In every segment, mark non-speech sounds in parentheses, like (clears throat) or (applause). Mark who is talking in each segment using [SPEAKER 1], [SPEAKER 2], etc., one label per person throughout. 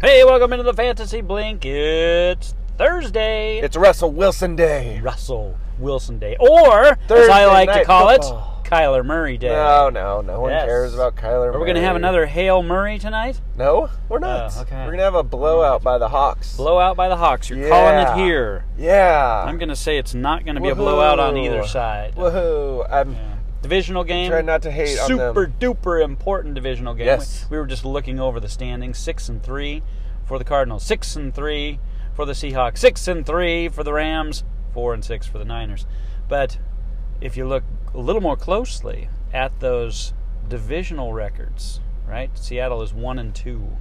[SPEAKER 1] Hey, welcome into the Fantasy Blink. It's Thursday.
[SPEAKER 2] It's Russell Wilson Day.
[SPEAKER 1] Russell Wilson Day, or as
[SPEAKER 2] Thursday
[SPEAKER 1] I like to
[SPEAKER 2] night
[SPEAKER 1] call
[SPEAKER 2] football.
[SPEAKER 1] it, Kyler Murray Day.
[SPEAKER 2] No, no, no one
[SPEAKER 1] Yes.
[SPEAKER 2] cares about Kyler.
[SPEAKER 1] Are we going to have
[SPEAKER 2] Murray.
[SPEAKER 1] another Hail Murray tonight?
[SPEAKER 2] No, we're not.
[SPEAKER 1] Oh, okay.
[SPEAKER 2] We're gonna have a blowout by the Hawks.
[SPEAKER 1] Blowout by the Hawks. You're
[SPEAKER 2] Yeah.
[SPEAKER 1] calling it here.
[SPEAKER 2] yeah.
[SPEAKER 1] I'm going to say it's not going to be a blowout on
[SPEAKER 2] Woohoo.
[SPEAKER 1] either side.
[SPEAKER 2] Woohoo! I'm.
[SPEAKER 1] Yeah. Divisional game.
[SPEAKER 2] Try not to hate on them.
[SPEAKER 1] Super duper important divisional game.
[SPEAKER 2] Yes.
[SPEAKER 1] We, we were just looking over the standings. Six and three for the Cardinals. Six and three for the Seahawks. Six and three for the Rams. Four and six for the Niners. But if you look a little more closely at those divisional records, right? Seattle is one and two.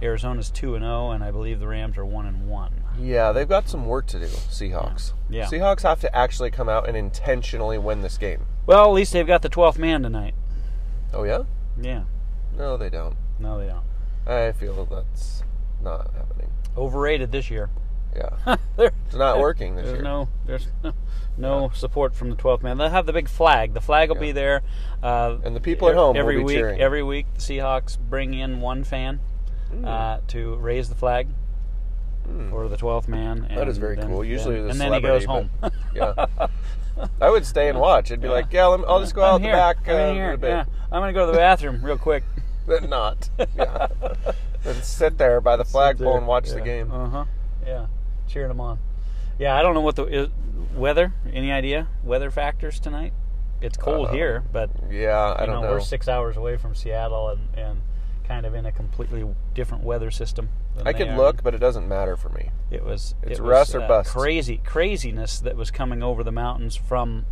[SPEAKER 1] Arizona's two and zero, and I believe the Rams are one and one.
[SPEAKER 2] Yeah, they've got some work to do. Seahawks.
[SPEAKER 1] Yeah.
[SPEAKER 2] Seahawks have to actually come out and intentionally win this game.
[SPEAKER 1] Well, at least they've got the twelfth man tonight.
[SPEAKER 2] Oh yeah?
[SPEAKER 1] Yeah.
[SPEAKER 2] No, they don't.
[SPEAKER 1] No, they don't.
[SPEAKER 2] I feel that's not happening.
[SPEAKER 1] Overrated this year. (laughs)
[SPEAKER 2] Yeah,
[SPEAKER 1] They're-
[SPEAKER 2] it's not working this
[SPEAKER 1] there's
[SPEAKER 2] year.
[SPEAKER 1] no there's (laughs) no, no support from the 12th man they'll have the big flag the flag will be
[SPEAKER 2] Yeah.
[SPEAKER 1] there uh,
[SPEAKER 2] And the people at home will
[SPEAKER 1] every
[SPEAKER 2] be
[SPEAKER 1] week
[SPEAKER 2] cheering.
[SPEAKER 1] every week the seahawks bring in one fan
[SPEAKER 2] Hmm.
[SPEAKER 1] uh, to raise the flag for the 12th man and
[SPEAKER 2] That is very
[SPEAKER 1] then-
[SPEAKER 2] cool. Usually,
[SPEAKER 1] then,
[SPEAKER 2] the
[SPEAKER 1] and then he goes
[SPEAKER 2] celebrity,
[SPEAKER 1] home (laughs)
[SPEAKER 2] but- yeah, I would stay and watch. It'd be like, yeah, let me- I'll just go out
[SPEAKER 1] I'm
[SPEAKER 2] the
[SPEAKER 1] here.
[SPEAKER 2] back
[SPEAKER 1] I'm in
[SPEAKER 2] uh,
[SPEAKER 1] here.
[SPEAKER 2] for a bit.
[SPEAKER 1] Yeah. I'm gonna go to the bathroom real quick
[SPEAKER 2] but
[SPEAKER 1] (laughs)
[SPEAKER 2] not. Yeah. Then sit there by the flagpole and watch the
[SPEAKER 1] Yeah.
[SPEAKER 2] game.
[SPEAKER 1] uh-huh yeah cheering them on yeah i don't know what the is, weather any idea weather factors tonight it's cold
[SPEAKER 2] Uh,
[SPEAKER 1] here but
[SPEAKER 2] yeah, I
[SPEAKER 1] you
[SPEAKER 2] don't
[SPEAKER 1] know,
[SPEAKER 2] know.
[SPEAKER 1] we're six hours away from Seattle and, and kind of in a completely different weather system. than
[SPEAKER 2] I
[SPEAKER 1] they
[SPEAKER 2] could
[SPEAKER 1] are.
[SPEAKER 2] look, but it doesn't matter for me.
[SPEAKER 1] It was
[SPEAKER 2] It's
[SPEAKER 1] it
[SPEAKER 2] Russ
[SPEAKER 1] was,
[SPEAKER 2] or
[SPEAKER 1] uh,
[SPEAKER 2] bust.
[SPEAKER 1] Crazy craziness that was coming over the mountains from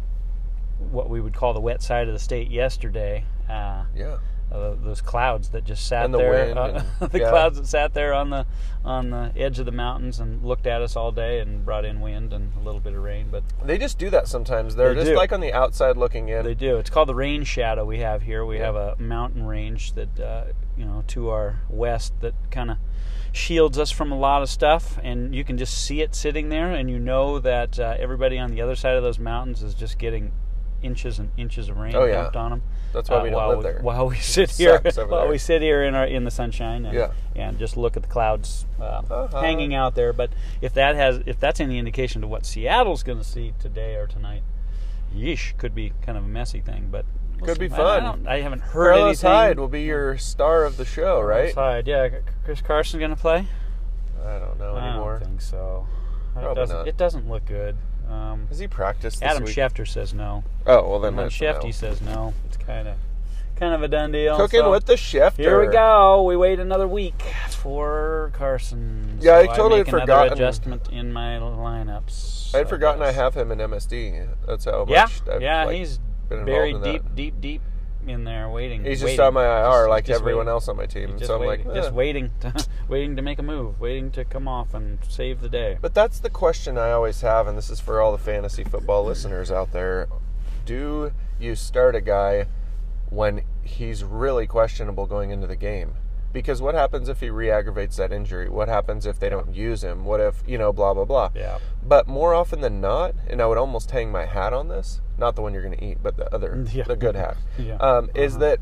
[SPEAKER 1] what we would call the wet side of the state yesterday. Uh,
[SPEAKER 2] Yeah.
[SPEAKER 1] uh, those clouds that just sat
[SPEAKER 2] And the
[SPEAKER 1] there,
[SPEAKER 2] wind
[SPEAKER 1] uh, (laughs)
[SPEAKER 2] and-
[SPEAKER 1] the
[SPEAKER 2] yeah.
[SPEAKER 1] clouds that sat there on the on the edge of the mountains and looked at us all day and brought in wind and a little bit of rain. But
[SPEAKER 2] They just do that sometimes. They're
[SPEAKER 1] They
[SPEAKER 2] just
[SPEAKER 1] do.
[SPEAKER 2] like on the outside looking in.
[SPEAKER 1] They do. It's called the rain shadow we have here. We
[SPEAKER 2] Yeah.
[SPEAKER 1] have a mountain range that, uh, you know, to our west that kind of shields us from a lot of stuff. And you can just see it sitting there, and you know that uh, everybody on the other side of those mountains is just getting inches and inches of rain
[SPEAKER 2] Oh, yeah.
[SPEAKER 1] dumped on them.
[SPEAKER 2] That's why we don't
[SPEAKER 1] Uh, while
[SPEAKER 2] live
[SPEAKER 1] we,
[SPEAKER 2] there.
[SPEAKER 1] While we sit here,
[SPEAKER 2] sucks over
[SPEAKER 1] while
[SPEAKER 2] there.
[SPEAKER 1] we sit here in our in the sunshine, and,
[SPEAKER 2] Yeah.
[SPEAKER 1] and just look at the clouds uh,
[SPEAKER 2] Uh-huh.
[SPEAKER 1] hanging out there. But if that has, if that's any indication to what Seattle's going to see today or tonight, yeesh, could be kind of a messy thing, but we'll
[SPEAKER 2] Could be
[SPEAKER 1] see. I-
[SPEAKER 2] fun.
[SPEAKER 1] I, don't- I haven't heard
[SPEAKER 2] Carlos
[SPEAKER 1] anything.
[SPEAKER 2] Hyde will be your star of the show,
[SPEAKER 1] Carlos
[SPEAKER 2] right?
[SPEAKER 1] Hyde, yeah. C- Chris Carson gonna play?
[SPEAKER 2] I don't know
[SPEAKER 1] I
[SPEAKER 2] anymore.
[SPEAKER 1] don't think so. It
[SPEAKER 2] Probably
[SPEAKER 1] doesn't,
[SPEAKER 2] not.
[SPEAKER 1] it doesn't look good. Um,
[SPEAKER 2] Has he practiced this
[SPEAKER 1] Adam
[SPEAKER 2] week?
[SPEAKER 1] Schefter says no.
[SPEAKER 2] Oh, well then
[SPEAKER 1] Adam
[SPEAKER 2] that's a no.
[SPEAKER 1] Shefty says no. It's kind of kind of a done deal.
[SPEAKER 2] Cooking
[SPEAKER 1] so
[SPEAKER 2] with the Schefter.
[SPEAKER 1] Here we go. We wait another week for Carson.
[SPEAKER 2] Yeah, I
[SPEAKER 1] So
[SPEAKER 2] totally
[SPEAKER 1] make another
[SPEAKER 2] forgotten-
[SPEAKER 1] adjustment in my lineups.
[SPEAKER 2] I'd forgotten I
[SPEAKER 1] guess.
[SPEAKER 2] have him in MSD. That's how much
[SPEAKER 1] Yeah,
[SPEAKER 2] I've,
[SPEAKER 1] yeah,
[SPEAKER 2] like,
[SPEAKER 1] he's
[SPEAKER 2] been involved
[SPEAKER 1] buried
[SPEAKER 2] in that.
[SPEAKER 1] deep, deep, deep in there waiting.
[SPEAKER 2] He's just
[SPEAKER 1] waiting.
[SPEAKER 2] on my IR
[SPEAKER 1] Just-
[SPEAKER 2] like
[SPEAKER 1] just
[SPEAKER 2] everyone
[SPEAKER 1] waiting.
[SPEAKER 2] else on my team.
[SPEAKER 1] Just
[SPEAKER 2] so I'm
[SPEAKER 1] waiting,
[SPEAKER 2] like,
[SPEAKER 1] just
[SPEAKER 2] eh.
[SPEAKER 1] waiting, to, (laughs) waiting to make a move, waiting to come off and save the day.
[SPEAKER 2] But that's the question I always have, and this is for all the fantasy football listeners out there. Do you start a guy when he's really questionable going into the game? Because what happens if he re aggravates that injury? What happens if they don't use him? What if, you know, blah, blah, blah.
[SPEAKER 1] Yeah.
[SPEAKER 2] But more often than not, and I would almost hang my hat on this, not the one you're going to eat, but the other,
[SPEAKER 1] (laughs) Yeah.
[SPEAKER 2] the good hat,
[SPEAKER 1] Yeah. Uh-huh.
[SPEAKER 2] um, is that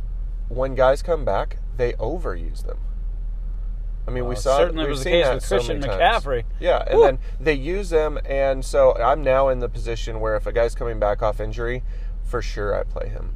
[SPEAKER 2] when guys come back, they overuse them. I mean, we
[SPEAKER 1] Well,
[SPEAKER 2] saw
[SPEAKER 1] Uh, certainly
[SPEAKER 2] we've
[SPEAKER 1] was the
[SPEAKER 2] seen
[SPEAKER 1] case
[SPEAKER 2] that
[SPEAKER 1] with
[SPEAKER 2] so
[SPEAKER 1] Christian
[SPEAKER 2] many times.
[SPEAKER 1] McCaffrey.
[SPEAKER 2] Yeah, and
[SPEAKER 1] Woo.
[SPEAKER 2] then they use them, and so I'm now in the position where if a guy's coming back off injury, for sure I play him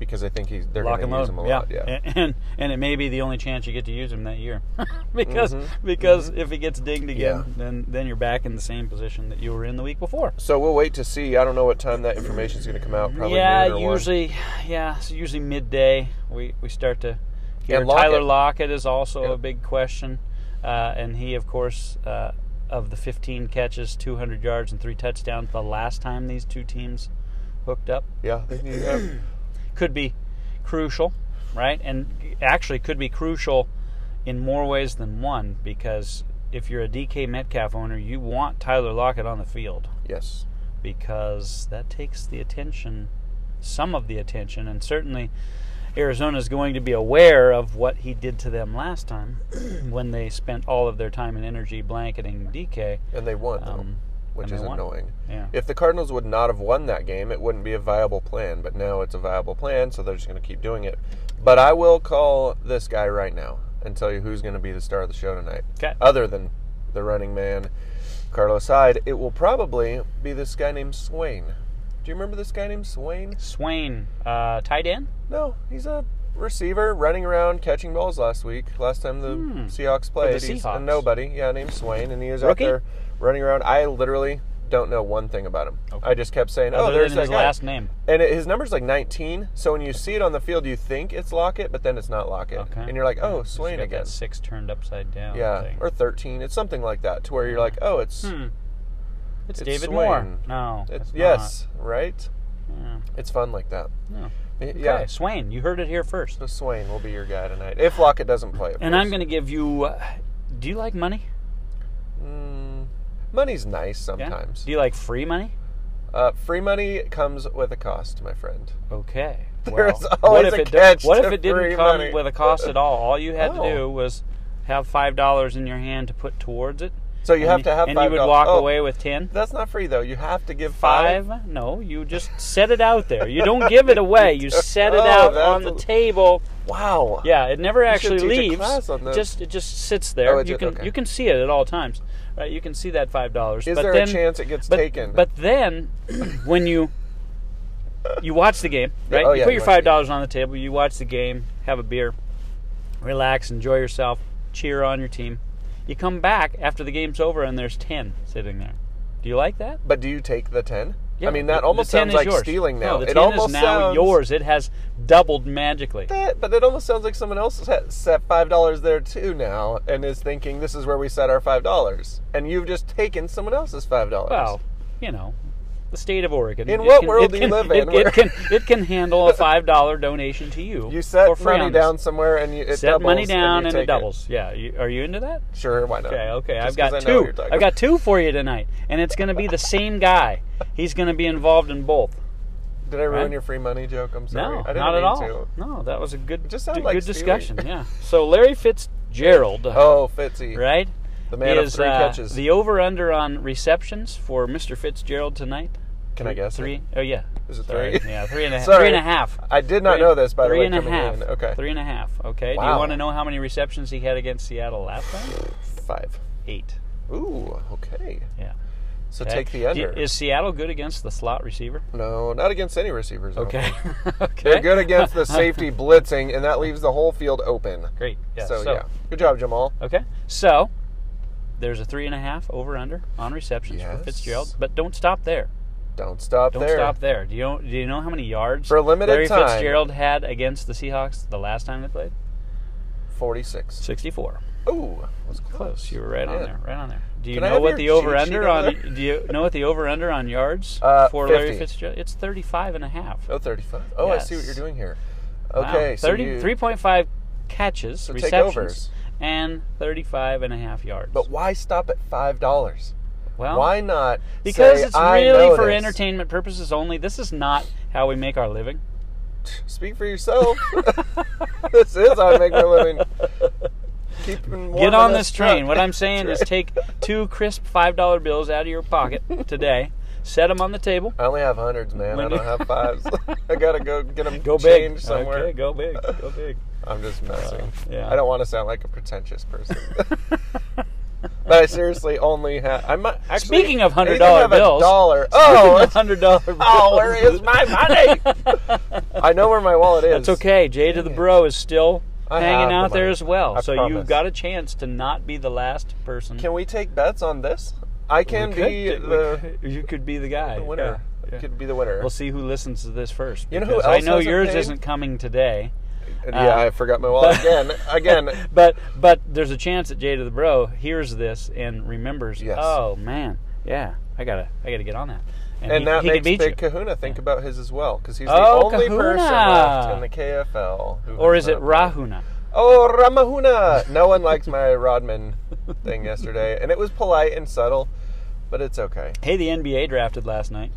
[SPEAKER 2] because I think he's they're
[SPEAKER 1] Lock
[SPEAKER 2] going
[SPEAKER 1] and
[SPEAKER 2] to
[SPEAKER 1] load.
[SPEAKER 2] use him a
[SPEAKER 1] yeah.
[SPEAKER 2] lot. Yeah,
[SPEAKER 1] And, and and it may be the only chance you get to use him that year, (laughs) because because if he gets dinged again,
[SPEAKER 2] Mm-hmm. Yeah.
[SPEAKER 1] then then you're back in the same position that you were in the week before.
[SPEAKER 2] so we'll wait to see. I don't know what time that information's going to come out. Probably
[SPEAKER 1] yeah,
[SPEAKER 2] noon or one.
[SPEAKER 1] usually, yeah, it's usually midday. We we start to hear
[SPEAKER 2] And Lockett.
[SPEAKER 1] Tyler Lockett is also
[SPEAKER 2] Yeah.
[SPEAKER 1] a big question, uh, and he, of course, uh, of the 15 catches, 200 yards, and three touchdowns the last time these two teams hooked up
[SPEAKER 2] Yeah, they need him.
[SPEAKER 1] could be crucial, right? And actually could be crucial in more ways than one because if you're a DK Metcalf owner, you want Tyler Lockett on the field
[SPEAKER 2] yes.
[SPEAKER 1] because that takes the attention, some of the attention, and certainly Arizona is going to be aware of what he did to them last (clears throat) time when they spent all of their time and energy blanketing DK.
[SPEAKER 2] And they won, though.
[SPEAKER 1] Um,
[SPEAKER 2] which
[SPEAKER 1] And they
[SPEAKER 2] is
[SPEAKER 1] won.
[SPEAKER 2] annoying.
[SPEAKER 1] Yeah.
[SPEAKER 2] If the Cardinals would not have won that game, it wouldn't be a viable plan. But now it's a viable plan, so they're just going to keep doing it. But I will call this guy right now and tell you who's going to be the star of the show tonight.
[SPEAKER 1] Okay.
[SPEAKER 2] Other than the running man, Carlos Hyde, it will probably be this guy named Swain. Do you remember this guy named Swain?
[SPEAKER 1] Swain, uh, tight end.
[SPEAKER 2] No, he's a receiver running around catching balls last week. Last time the
[SPEAKER 1] Hmm.
[SPEAKER 2] Seahawks played,
[SPEAKER 1] the
[SPEAKER 2] he's a
[SPEAKER 1] Seahawks.
[SPEAKER 2] nobody. Yeah, named Swain, and he is
[SPEAKER 1] Rookie?
[SPEAKER 2] out there running around. I literally don't know one thing about him.
[SPEAKER 1] Okay.
[SPEAKER 2] I just kept saying, "Oh,
[SPEAKER 1] Other
[SPEAKER 2] there's
[SPEAKER 1] than
[SPEAKER 2] that
[SPEAKER 1] his
[SPEAKER 2] guy,"
[SPEAKER 1] last name.
[SPEAKER 2] and it, his number's like 19. So when you see it on the field, you think it's Lockett, but then it's not Lockett,
[SPEAKER 1] Okay.
[SPEAKER 2] and you're like, "Oh,
[SPEAKER 1] He's
[SPEAKER 2] Swain
[SPEAKER 1] got
[SPEAKER 2] again."
[SPEAKER 1] That six turned upside down.
[SPEAKER 2] Yeah,
[SPEAKER 1] thing.
[SPEAKER 2] or 13. It's something like that, to where you're like, "Oh, it's."
[SPEAKER 1] hmm. It's,
[SPEAKER 2] It's
[SPEAKER 1] David
[SPEAKER 2] Swain.
[SPEAKER 1] Moore. No,
[SPEAKER 2] It's,
[SPEAKER 1] it's not.
[SPEAKER 2] yes, right.
[SPEAKER 1] Yeah.
[SPEAKER 2] It's fun like that.
[SPEAKER 1] No.
[SPEAKER 2] Yeah,
[SPEAKER 1] Okay, Swain, you heard it here first.
[SPEAKER 2] so Swain will be your guy tonight if Lockett doesn't play. Of
[SPEAKER 1] And I'm
[SPEAKER 2] course.
[SPEAKER 1] going to give you. Uh, do you like money?
[SPEAKER 2] Mm, money's nice
[SPEAKER 1] Hmm. Yeah?
[SPEAKER 2] sometimes.
[SPEAKER 1] Do you like free money?
[SPEAKER 2] Uh, free money comes with a cost, my friend. (laughs)
[SPEAKER 1] Okay.
[SPEAKER 2] There is
[SPEAKER 1] what
[SPEAKER 2] always
[SPEAKER 1] if
[SPEAKER 2] a
[SPEAKER 1] it
[SPEAKER 2] catch
[SPEAKER 1] What if
[SPEAKER 2] to
[SPEAKER 1] it didn't
[SPEAKER 2] free
[SPEAKER 1] come
[SPEAKER 2] money.
[SPEAKER 1] with a cost at all? All you had to
[SPEAKER 2] Oh.
[SPEAKER 1] do was have five dollars in your hand to put towards it.
[SPEAKER 2] So you
[SPEAKER 1] and
[SPEAKER 2] have to have
[SPEAKER 1] and
[SPEAKER 2] five
[SPEAKER 1] you would
[SPEAKER 2] doll-
[SPEAKER 1] walk
[SPEAKER 2] oh,
[SPEAKER 1] away with ten.
[SPEAKER 2] That's not free though. You have to give five.
[SPEAKER 1] Five? No, you just set it out there. You don't give it away.
[SPEAKER 2] (laughs)
[SPEAKER 1] You set it
[SPEAKER 2] Oh,
[SPEAKER 1] out
[SPEAKER 2] that's
[SPEAKER 1] on the
[SPEAKER 2] a-
[SPEAKER 1] table.
[SPEAKER 2] Wow.
[SPEAKER 1] Yeah, it never actually
[SPEAKER 2] teach a
[SPEAKER 1] leaves.
[SPEAKER 2] class on
[SPEAKER 1] It
[SPEAKER 2] this.
[SPEAKER 1] Just it just sits there.
[SPEAKER 2] Oh, it
[SPEAKER 1] you
[SPEAKER 2] ju-
[SPEAKER 1] can
[SPEAKER 2] okay.
[SPEAKER 1] you can see it at all times. Right? You can see that five dollars.
[SPEAKER 2] Is
[SPEAKER 1] but
[SPEAKER 2] there
[SPEAKER 1] then,
[SPEAKER 2] a chance it gets
[SPEAKER 1] but,
[SPEAKER 2] taken?
[SPEAKER 1] But then, when you you watch the game, right?
[SPEAKER 2] oh,
[SPEAKER 1] you
[SPEAKER 2] yeah,
[SPEAKER 1] put
[SPEAKER 2] you
[SPEAKER 1] your
[SPEAKER 2] watch the
[SPEAKER 1] five dollars on the table. You watch the game, have a beer, relax, enjoy yourself, cheer on your team. You come back after the game's over, and there's ten sitting there. Do you like that?
[SPEAKER 2] But do you take the ten?
[SPEAKER 1] Yeah,
[SPEAKER 2] I mean,
[SPEAKER 1] the-
[SPEAKER 2] that
[SPEAKER 1] the
[SPEAKER 2] almost
[SPEAKER 1] 10
[SPEAKER 2] sounds
[SPEAKER 1] is
[SPEAKER 2] like
[SPEAKER 1] yours.
[SPEAKER 2] stealing now.
[SPEAKER 1] No, the
[SPEAKER 2] it
[SPEAKER 1] 10
[SPEAKER 2] almost
[SPEAKER 1] is now
[SPEAKER 2] sounds
[SPEAKER 1] yours. It has doubled magically.
[SPEAKER 2] That, but it almost sounds like someone else has set five dollars there too now, and is thinking this is where we set our five dollars, and you've just taken someone else's five dollars.
[SPEAKER 1] Well, you know, the state of Oregon.
[SPEAKER 2] In
[SPEAKER 1] It
[SPEAKER 2] what
[SPEAKER 1] can-
[SPEAKER 2] world
[SPEAKER 1] it
[SPEAKER 2] do you
[SPEAKER 1] can-
[SPEAKER 2] live
[SPEAKER 1] it-
[SPEAKER 2] in
[SPEAKER 1] It,
[SPEAKER 2] where-
[SPEAKER 1] can it can handle a five dollar donation to you.
[SPEAKER 2] you
[SPEAKER 1] for
[SPEAKER 2] set
[SPEAKER 1] free
[SPEAKER 2] money
[SPEAKER 1] on this.
[SPEAKER 2] down somewhere, and you, it
[SPEAKER 1] Set
[SPEAKER 2] doubles,
[SPEAKER 1] money
[SPEAKER 2] and
[SPEAKER 1] down
[SPEAKER 2] you
[SPEAKER 1] and,
[SPEAKER 2] take
[SPEAKER 1] it doubles. Yeah, you, are you into that?
[SPEAKER 2] Sure, why not?
[SPEAKER 1] Okay, okay.
[SPEAKER 2] Just
[SPEAKER 1] I've
[SPEAKER 2] 'cause
[SPEAKER 1] got
[SPEAKER 2] I know what
[SPEAKER 1] two.
[SPEAKER 2] you're talking
[SPEAKER 1] I've got two for you tonight, and it's going to be the same guy. He's going to be involved in both.
[SPEAKER 2] Did I ruin
[SPEAKER 1] Right?
[SPEAKER 2] your free money joke? I'm sorry.
[SPEAKER 1] no,
[SPEAKER 2] I didn't
[SPEAKER 1] not at
[SPEAKER 2] mean
[SPEAKER 1] all.
[SPEAKER 2] to.
[SPEAKER 1] No, that was a good,
[SPEAKER 2] just sounded
[SPEAKER 1] good
[SPEAKER 2] like stealing.
[SPEAKER 1] discussion.
[SPEAKER 2] (laughs)
[SPEAKER 1] Yeah. So Larry Fitzgerald,
[SPEAKER 2] Oh, Fitzy,
[SPEAKER 1] right?
[SPEAKER 2] the man
[SPEAKER 1] is
[SPEAKER 2] of three
[SPEAKER 1] uh,
[SPEAKER 2] catches.
[SPEAKER 1] the over under on receptions for Mr. Fitzgerald tonight?
[SPEAKER 2] Can I guess?
[SPEAKER 1] Three. Oh yeah.
[SPEAKER 2] Is it
[SPEAKER 1] Sorry.
[SPEAKER 2] three?
[SPEAKER 1] Yeah, three
[SPEAKER 2] (laughs)
[SPEAKER 1] and a half.
[SPEAKER 2] Sorry.
[SPEAKER 1] Three and a half.
[SPEAKER 2] I did not
[SPEAKER 1] Three-
[SPEAKER 2] know this, by the
[SPEAKER 1] three
[SPEAKER 2] way.
[SPEAKER 1] and a
[SPEAKER 2] coming
[SPEAKER 1] half.
[SPEAKER 2] in. Okay.
[SPEAKER 1] Three and a half. Okay. Do you
[SPEAKER 2] Wow.
[SPEAKER 1] want to know how many receptions he had against Seattle last time?
[SPEAKER 2] Five.
[SPEAKER 1] Eight.
[SPEAKER 2] Ooh, okay.
[SPEAKER 1] Yeah.
[SPEAKER 2] So
[SPEAKER 1] Okay.
[SPEAKER 2] take the
[SPEAKER 1] Do-
[SPEAKER 2] under.
[SPEAKER 1] Is Seattle good against the slot receiver?
[SPEAKER 2] no, not against any receivers. I don't
[SPEAKER 1] Okay. (laughs)
[SPEAKER 2] think.
[SPEAKER 1] okay.
[SPEAKER 2] They're good
[SPEAKER 1] (laughs)
[SPEAKER 2] against the safety blitzing, and that leaves the whole field open.
[SPEAKER 1] Great. Yeah.
[SPEAKER 2] so, yeah. Good job, Jamal.
[SPEAKER 1] Okay. So there's a three and a half over under on receptions for
[SPEAKER 2] Yes.
[SPEAKER 1] Fitzgerald, but don't stop there.
[SPEAKER 2] Don't stop
[SPEAKER 1] Don't
[SPEAKER 2] there.
[SPEAKER 1] stop there. Do you know, do you know how many yards
[SPEAKER 2] For a limited
[SPEAKER 1] Larry
[SPEAKER 2] time.
[SPEAKER 1] Fitzgerald had against the Seahawks the last time they played?
[SPEAKER 2] 46.
[SPEAKER 1] Sixty-four.
[SPEAKER 2] Ooh, was
[SPEAKER 1] Close. You were right on
[SPEAKER 2] Yeah.
[SPEAKER 1] there. Right on there. Do you
[SPEAKER 2] Can I
[SPEAKER 1] know
[SPEAKER 2] have
[SPEAKER 1] what
[SPEAKER 2] your
[SPEAKER 1] the
[SPEAKER 2] cheat
[SPEAKER 1] over under
[SPEAKER 2] sheet over
[SPEAKER 1] on? Do you know what the over under on yards
[SPEAKER 2] (laughs) Uh,
[SPEAKER 1] for
[SPEAKER 2] 50.
[SPEAKER 1] Larry Fitzgerald? It's 35 and a half.
[SPEAKER 2] Oh, 35. Oh, I see what
[SPEAKER 1] Yes.
[SPEAKER 2] you're doing here.
[SPEAKER 1] Wow.
[SPEAKER 2] Okay, so
[SPEAKER 1] 30
[SPEAKER 2] you-
[SPEAKER 1] 3.5 catches,
[SPEAKER 2] So take
[SPEAKER 1] receptions,
[SPEAKER 2] overs.
[SPEAKER 1] and 35 and a half yards.
[SPEAKER 2] But why stop at five dollars?
[SPEAKER 1] well,
[SPEAKER 2] why not?
[SPEAKER 1] Because
[SPEAKER 2] say,
[SPEAKER 1] it's
[SPEAKER 2] "I
[SPEAKER 1] really
[SPEAKER 2] know
[SPEAKER 1] for
[SPEAKER 2] this."
[SPEAKER 1] entertainment purposes only. This is not how we make our living.
[SPEAKER 2] Speak for yourself. (laughs) this is how I make my living. Keep
[SPEAKER 1] Get on this train. What I'm saying is take two crisp $5 bills out of your pocket today, set them on the table,
[SPEAKER 2] (laughs) I only have hundreds, man.
[SPEAKER 1] When
[SPEAKER 2] I
[SPEAKER 1] you- (laughs)
[SPEAKER 2] don't have fives. (laughs) I gotta go get them
[SPEAKER 1] go
[SPEAKER 2] changed
[SPEAKER 1] big.
[SPEAKER 2] somewhere.
[SPEAKER 1] Okay, go big. Go
[SPEAKER 2] (laughs)
[SPEAKER 1] big.
[SPEAKER 2] I'm just messing.
[SPEAKER 1] yeah.
[SPEAKER 2] I don't want to sound like a pretentious person.
[SPEAKER 1] (laughs)
[SPEAKER 2] (laughs) but I seriously only have. I might. Actually,
[SPEAKER 1] Speaking of
[SPEAKER 2] I even
[SPEAKER 1] $100
[SPEAKER 2] have a
[SPEAKER 1] bills.
[SPEAKER 2] dollar. Oh, it's-
[SPEAKER 1] hundred dollar.
[SPEAKER 2] (laughs) oh, where is my money?
[SPEAKER 1] (laughs)
[SPEAKER 2] I know where my wallet is.
[SPEAKER 1] That's okay. Jay to the bro is still
[SPEAKER 2] I have
[SPEAKER 1] hanging
[SPEAKER 2] the
[SPEAKER 1] out there
[SPEAKER 2] money.
[SPEAKER 1] as well.
[SPEAKER 2] I
[SPEAKER 1] so
[SPEAKER 2] promise.
[SPEAKER 1] you've got a chance to not be the last person.
[SPEAKER 2] Can we take bets on this? I
[SPEAKER 1] We
[SPEAKER 2] can
[SPEAKER 1] could
[SPEAKER 2] be
[SPEAKER 1] do- we
[SPEAKER 2] the.
[SPEAKER 1] could- you could be the guy.
[SPEAKER 2] the winner.
[SPEAKER 1] Yeah, yeah.
[SPEAKER 2] Could be the winner.
[SPEAKER 1] We'll see who listens to this first.
[SPEAKER 2] You know who
[SPEAKER 1] because I
[SPEAKER 2] else
[SPEAKER 1] know
[SPEAKER 2] hasn't
[SPEAKER 1] yours
[SPEAKER 2] paid?
[SPEAKER 1] isn't coming today,
[SPEAKER 2] And yeah,
[SPEAKER 1] uh,
[SPEAKER 2] I forgot
[SPEAKER 1] (laughs)
[SPEAKER 2] my wallet again. Again,
[SPEAKER 1] but but there's a chance that Jay to the bro hears this and remembers.
[SPEAKER 2] Yes.
[SPEAKER 1] Oh man, yeah, I gotta I gotta get on that.
[SPEAKER 2] and
[SPEAKER 1] he-
[SPEAKER 2] that
[SPEAKER 1] he could
[SPEAKER 2] makes
[SPEAKER 1] beat
[SPEAKER 2] Big
[SPEAKER 1] you.
[SPEAKER 2] Kahuna think about his as well because he's
[SPEAKER 1] Oh,
[SPEAKER 2] the only
[SPEAKER 1] Kahuna.
[SPEAKER 2] person left in the KFL. Who
[SPEAKER 1] Or
[SPEAKER 2] has
[SPEAKER 1] is it
[SPEAKER 2] not-
[SPEAKER 1] Rahuna?
[SPEAKER 2] Oh, Ramahuna! No one liked my Rodman thing yesterday, and it was polite and subtle, but
[SPEAKER 1] (laughs)
[SPEAKER 2] it's okay.
[SPEAKER 1] Hey, the NBA drafted last night.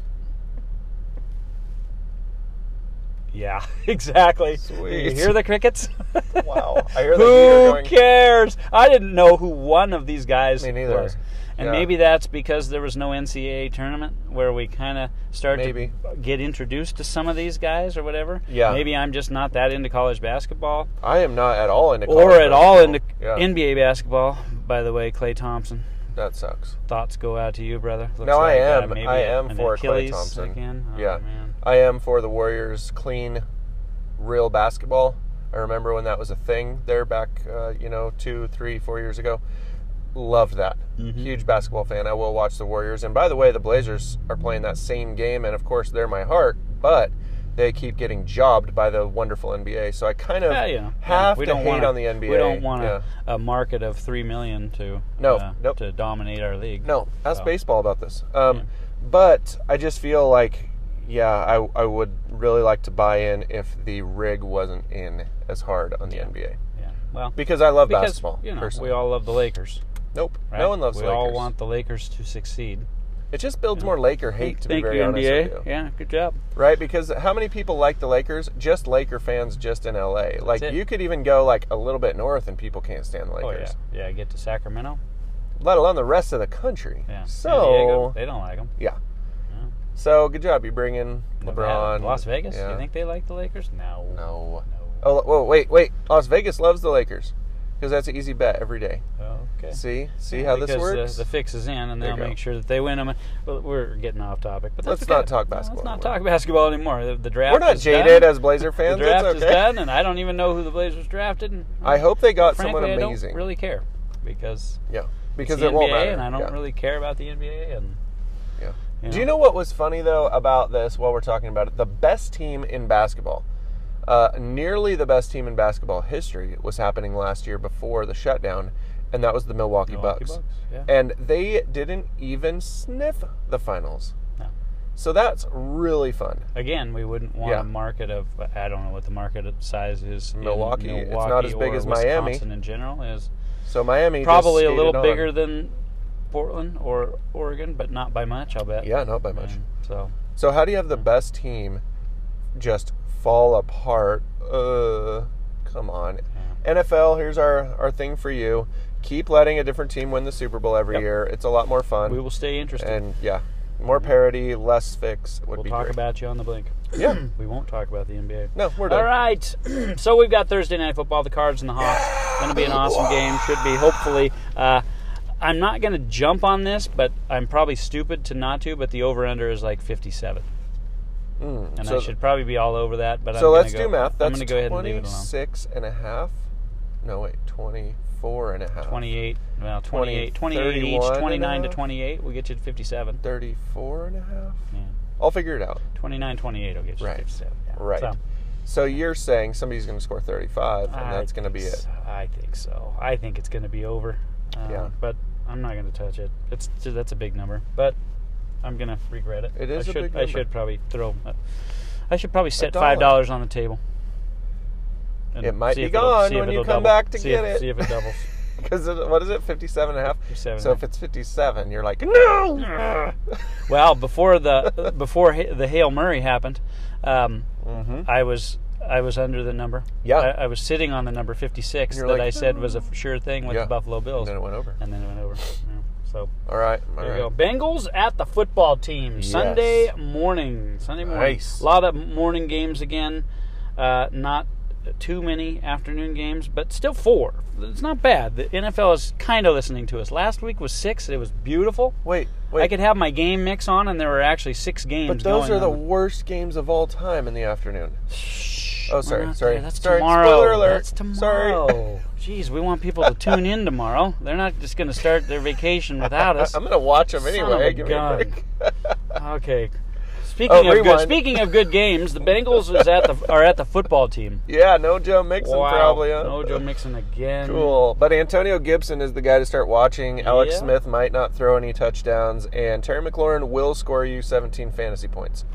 [SPEAKER 1] Yeah, (laughs) exactly. You
[SPEAKER 2] Sweet.
[SPEAKER 1] hear the crickets? (laughs)
[SPEAKER 2] Wow, I hear the
[SPEAKER 1] who
[SPEAKER 2] heater going.
[SPEAKER 1] cares? I didn't know who one of these guys
[SPEAKER 2] Me neither.
[SPEAKER 1] was. And
[SPEAKER 2] Yeah.
[SPEAKER 1] maybe that's because there was no NCAA tournament where we kind of start
[SPEAKER 2] Maybe.
[SPEAKER 1] to get introduced to some of these guys or whatever.
[SPEAKER 2] Yeah.
[SPEAKER 1] Maybe I'm just not that into college basketball
[SPEAKER 2] I am not at all into
[SPEAKER 1] or
[SPEAKER 2] college
[SPEAKER 1] at all into
[SPEAKER 2] basketball. yeah,
[SPEAKER 1] NBA basketball. By the way, Clay Thompson,
[SPEAKER 2] that sucks.
[SPEAKER 1] thoughts go out to you, brother. Looks
[SPEAKER 2] No, I
[SPEAKER 1] like, uh,
[SPEAKER 2] am.
[SPEAKER 1] maybe
[SPEAKER 2] I
[SPEAKER 1] a-
[SPEAKER 2] am
[SPEAKER 1] an
[SPEAKER 2] for Klay
[SPEAKER 1] Achilles
[SPEAKER 2] Thompson.
[SPEAKER 1] Again. Oh,
[SPEAKER 2] Yeah.
[SPEAKER 1] Man.
[SPEAKER 2] I am for the Warriors clean, real basketball. I remember when that was a thing there back, uh, you know, two, three, four years ago. Loved that.
[SPEAKER 1] Mm-hmm.
[SPEAKER 2] Huge basketball fan. I will watch the Warriors. And by the way, the Blazers are playing that same game, and of course, they're my heart, but they keep getting jobbed by the wonderful NBA. So I kind of
[SPEAKER 1] Yeah, you know,
[SPEAKER 2] have
[SPEAKER 1] we
[SPEAKER 2] to
[SPEAKER 1] don't
[SPEAKER 2] hate
[SPEAKER 1] wanna,
[SPEAKER 2] on the NBA.
[SPEAKER 1] We don't want
[SPEAKER 2] Yeah.
[SPEAKER 1] a, a market of three million to
[SPEAKER 2] No,
[SPEAKER 1] uh,
[SPEAKER 2] nope.
[SPEAKER 1] to dominate our league.
[SPEAKER 2] No, ask
[SPEAKER 1] Oh.
[SPEAKER 2] baseball about this. Um, But I just feel like, yeah, I, I would really like to buy in if the rig wasn't in as hard on the NBA
[SPEAKER 1] Yeah. Well,
[SPEAKER 2] because I love
[SPEAKER 1] because
[SPEAKER 2] basketball.
[SPEAKER 1] you know
[SPEAKER 2] personally.
[SPEAKER 1] we all love the Lakers.
[SPEAKER 2] nope,
[SPEAKER 1] Right?
[SPEAKER 2] no one loves
[SPEAKER 1] we
[SPEAKER 2] Lakers.
[SPEAKER 1] all want the Lakers to succeed.
[SPEAKER 2] it just builds more Laker hate to
[SPEAKER 1] Thank
[SPEAKER 2] be very
[SPEAKER 1] you,
[SPEAKER 2] honest
[SPEAKER 1] NBA.
[SPEAKER 2] with you,
[SPEAKER 1] Yeah, good job.
[SPEAKER 2] right? Because how many people like the Lakers? Just Laker fans, just in LA. like
[SPEAKER 1] it.
[SPEAKER 2] you could even go like a little bit north, and people can't stand the
[SPEAKER 1] Oh
[SPEAKER 2] Lakers.
[SPEAKER 1] yeah, yeah. Get to Sacramento.
[SPEAKER 2] Let alone the rest of the country.
[SPEAKER 1] Yeah. San Diego,
[SPEAKER 2] So
[SPEAKER 1] they don't like them.
[SPEAKER 2] yeah. So good job. You bring in LeBron.
[SPEAKER 1] Las Vegas.
[SPEAKER 2] Yeah.
[SPEAKER 1] You think they like the Lakers? No.
[SPEAKER 2] No.
[SPEAKER 1] No.
[SPEAKER 2] Oh, whoa, wait, wait. Las Vegas loves the Lakers because that's an easy bet every day.
[SPEAKER 1] Okay.
[SPEAKER 2] See, see how this
[SPEAKER 1] because the-
[SPEAKER 2] works.
[SPEAKER 1] The, fix is in, and
[SPEAKER 2] There
[SPEAKER 1] they'll
[SPEAKER 2] you go.
[SPEAKER 1] make sure that they win them. But we're getting off topic. But that's
[SPEAKER 2] Let's
[SPEAKER 1] okay.
[SPEAKER 2] not talk
[SPEAKER 1] No,
[SPEAKER 2] basketball
[SPEAKER 1] let's not
[SPEAKER 2] anymore.
[SPEAKER 1] talk basketball anymore. The, the draft.
[SPEAKER 2] We're not
[SPEAKER 1] is
[SPEAKER 2] jaded
[SPEAKER 1] done.
[SPEAKER 2] as
[SPEAKER 1] (laughs)
[SPEAKER 2] Blazer
[SPEAKER 1] The
[SPEAKER 2] fans.
[SPEAKER 1] draft
[SPEAKER 2] it's
[SPEAKER 1] is
[SPEAKER 2] okay.
[SPEAKER 1] done, and I don't even know who the Blazers drafted. And,
[SPEAKER 2] I hope they got someone
[SPEAKER 1] frankly,
[SPEAKER 2] amazing.
[SPEAKER 1] I don't really care because
[SPEAKER 2] yeah,
[SPEAKER 1] it's
[SPEAKER 2] because
[SPEAKER 1] the
[SPEAKER 2] it won't
[SPEAKER 1] NBA,
[SPEAKER 2] matter.
[SPEAKER 1] and I don't
[SPEAKER 2] Yeah,
[SPEAKER 1] really care about the NBA. And
[SPEAKER 2] yeah.
[SPEAKER 1] you
[SPEAKER 2] Do you know what was funny though about this? While we're talking about it, the best team in basketball, uh, nearly the best team in basketball history, was happening last year before the shutdown, and that was the Milwaukee,
[SPEAKER 1] Milwaukee
[SPEAKER 2] Bucks.
[SPEAKER 1] Bucks, yeah.
[SPEAKER 2] And they didn't even sniff the finals.
[SPEAKER 1] No.
[SPEAKER 2] So that's really fun.
[SPEAKER 1] again, we wouldn't want
[SPEAKER 2] Eh. Yeah.
[SPEAKER 1] a market of I don't know what the market size is. in
[SPEAKER 2] Milwaukee, it's
[SPEAKER 1] Milwaukee
[SPEAKER 2] not as big
[SPEAKER 1] or
[SPEAKER 2] as Miami.
[SPEAKER 1] Wisconsin in general is
[SPEAKER 2] So Miami
[SPEAKER 1] probably
[SPEAKER 2] just
[SPEAKER 1] a little
[SPEAKER 2] skated on.
[SPEAKER 1] bigger than Portland or Oregon, but not by much. I'll bet.
[SPEAKER 2] Yeah, not by much.
[SPEAKER 1] And so
[SPEAKER 2] So how do you have the best team just fall apart? Uh, come on, NFL. Here's our our thing for you. Keep letting a different team win the Super Bowl every
[SPEAKER 1] Yep.
[SPEAKER 2] year. It's a lot more fun.
[SPEAKER 1] we will stay interested.
[SPEAKER 2] and yeah, more parity, less fix would
[SPEAKER 1] we'll
[SPEAKER 2] be
[SPEAKER 1] talk
[SPEAKER 2] great.
[SPEAKER 1] about you on the blink.
[SPEAKER 2] yeah,
[SPEAKER 1] We won't talk about the NBA.
[SPEAKER 2] no, we're done.
[SPEAKER 1] All right. (clears throat) so we've got Thursday night football, the Cards and the Hawks. Going to be an awesome game. Should be hopefully. Uh, I'm not going to jump on this, but I'm probably stupid to not to. But the over/under is like 57,
[SPEAKER 2] Mm,
[SPEAKER 1] and
[SPEAKER 2] so
[SPEAKER 1] I should probably be all over that. But I'm
[SPEAKER 2] so
[SPEAKER 1] gonna
[SPEAKER 2] let's
[SPEAKER 1] go-
[SPEAKER 2] do math.
[SPEAKER 1] I'm
[SPEAKER 2] That's
[SPEAKER 1] going to go ahead and leave it alone.
[SPEAKER 2] 26 and a half. No wait, 24 and a half.
[SPEAKER 1] 28, well, 28,
[SPEAKER 2] 20,
[SPEAKER 1] 28 each,
[SPEAKER 2] 31
[SPEAKER 1] 29 to
[SPEAKER 2] now?
[SPEAKER 1] 28 will get you to 57.
[SPEAKER 2] 34 and a half.
[SPEAKER 1] Yeah.
[SPEAKER 2] I'll figure it out.
[SPEAKER 1] 29, 28 will get you
[SPEAKER 2] Right.
[SPEAKER 1] to 57. Yeah.
[SPEAKER 2] Right.
[SPEAKER 1] So, Ah,
[SPEAKER 2] So, you're saying somebody's going to score 35, and
[SPEAKER 1] I
[SPEAKER 2] that's going to
[SPEAKER 1] think
[SPEAKER 2] be it.
[SPEAKER 1] so. I think so. I think it's going to be over. Uh,
[SPEAKER 2] Yeah.
[SPEAKER 1] But I'm not going to touch it. It's That's a big number, but I'm going to regret it.
[SPEAKER 2] It is
[SPEAKER 1] I
[SPEAKER 2] a
[SPEAKER 1] should,
[SPEAKER 2] big
[SPEAKER 1] I
[SPEAKER 2] number.
[SPEAKER 1] should probably throw, uh, I should probably set
[SPEAKER 2] dollar.
[SPEAKER 1] $5 on the table. And
[SPEAKER 2] It might
[SPEAKER 1] see
[SPEAKER 2] be
[SPEAKER 1] if it'll-
[SPEAKER 2] gone
[SPEAKER 1] see if
[SPEAKER 2] when you
[SPEAKER 1] it'll double.
[SPEAKER 2] come back to
[SPEAKER 1] See
[SPEAKER 2] get
[SPEAKER 1] if-
[SPEAKER 2] it.
[SPEAKER 1] See if it doubles.
[SPEAKER 2] Because what is it, 57 and a half?
[SPEAKER 1] 57
[SPEAKER 2] So
[SPEAKER 1] and a
[SPEAKER 2] if it's 57, you're
[SPEAKER 1] (laughs)
[SPEAKER 2] like, no!
[SPEAKER 1] Well, before
[SPEAKER 2] (laughs)
[SPEAKER 1] the before Ha- the Hail Murray happened, um,
[SPEAKER 2] Mhm.
[SPEAKER 1] I was I was under the number.
[SPEAKER 2] Yeah.
[SPEAKER 1] I, I was sitting on the number fifty six that
[SPEAKER 2] You're like, "Hmm."
[SPEAKER 1] I said was a f- sure thing with
[SPEAKER 2] Yeah.
[SPEAKER 1] the Buffalo Bills,
[SPEAKER 2] and then it went over.
[SPEAKER 1] and then it went over. Yeah. So
[SPEAKER 2] All right. All
[SPEAKER 1] there
[SPEAKER 2] right.
[SPEAKER 1] you go. Bengals at the football team
[SPEAKER 2] Yes.
[SPEAKER 1] Sunday morning. Sunday morning.
[SPEAKER 2] Nice.
[SPEAKER 1] A lot of morning games again. Uh, not too many afternoon games, but still four. It's not bad. The NFL is kind of listening to us. Last week was six. It was beautiful.
[SPEAKER 2] Wait, wait.
[SPEAKER 1] I could have my game mix on, and there were actually six games.
[SPEAKER 2] but those
[SPEAKER 1] going
[SPEAKER 2] are the
[SPEAKER 1] on.
[SPEAKER 2] worst games of all time in the afternoon.
[SPEAKER 1] Shh,
[SPEAKER 2] Oh,
[SPEAKER 1] we're
[SPEAKER 2] sorry,
[SPEAKER 1] not
[SPEAKER 2] sorry,
[SPEAKER 1] there. That's
[SPEAKER 2] sorry,
[SPEAKER 1] tomorrow.
[SPEAKER 2] spoiler alert.
[SPEAKER 1] That's tomorrow. Jeez, we want people to tune in tomorrow. They're not just going to start their vacation without us.
[SPEAKER 2] I, am going to watch them
[SPEAKER 1] Son
[SPEAKER 2] anyway.
[SPEAKER 1] of a
[SPEAKER 2] Give
[SPEAKER 1] gun.
[SPEAKER 2] me a break. (laughs)
[SPEAKER 1] okay. Speaking of good,
[SPEAKER 2] Oh, rewind.
[SPEAKER 1] speaking of good games, the Bengals is at the are at the football team.
[SPEAKER 2] Yeah, no Joe Mixon
[SPEAKER 1] wow.
[SPEAKER 2] probably. Huh?
[SPEAKER 1] No Joe Mixon again.
[SPEAKER 2] Cool. But Antonio Gibson is the guy to start watching. Alex
[SPEAKER 1] Yeah.
[SPEAKER 2] Smith might not throw any touchdowns, and Terry McLaurin will score you 17 fantasy points.